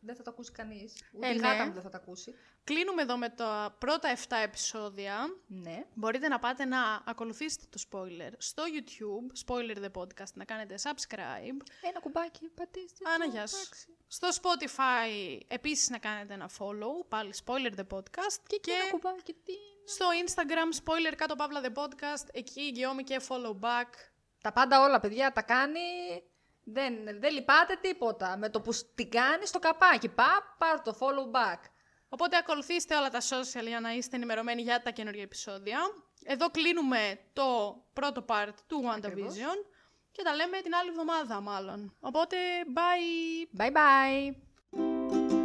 Speaker 2: δεν θα το ακούσει κανείς. Ούτε
Speaker 1: Ε,
Speaker 2: η
Speaker 1: ναι.
Speaker 2: γάτα μου δεν θα το ακούσει.
Speaker 1: Κλείνουμε εδώ με τα πρώτα 7 επεισόδια.
Speaker 2: Ναι.
Speaker 1: Μπορείτε να πάτε να ακολουθήσετε το spoiler στο YouTube, Spoiler The Podcast, να κάνετε subscribe.
Speaker 2: Ένα κουμπάκι, πατήστε.
Speaker 1: Άνα,
Speaker 2: το,
Speaker 1: γεια σου.
Speaker 2: εντάξει.
Speaker 1: Στο Spotify επίσης να κάνετε ένα follow, πάλι Spoiler The Podcast. Και,
Speaker 2: Ένα κουμπάκι, τι.
Speaker 1: στο Instagram, Spoiler κάτω Παύλα The Podcast, εκεί γεώμη και follow back.
Speaker 2: Τα πάντα όλα, παιδιά, τα κάνει. Δεν, δεν λυπάται τίποτα. Με το που την κάνεις στο καπάκι. Πα, πάρ το follow back.
Speaker 1: Οπότε ακολουθήστε όλα τα social για να είστε ενημερωμένοι για τα καινούργια επεισόδια. Εδώ κλείνουμε το πρώτο part του
Speaker 2: Ακριβώς.
Speaker 1: WandaVision και τα λέμε την άλλη εβδομάδα μάλλον. Οπότε, bye!
Speaker 2: Bye bye.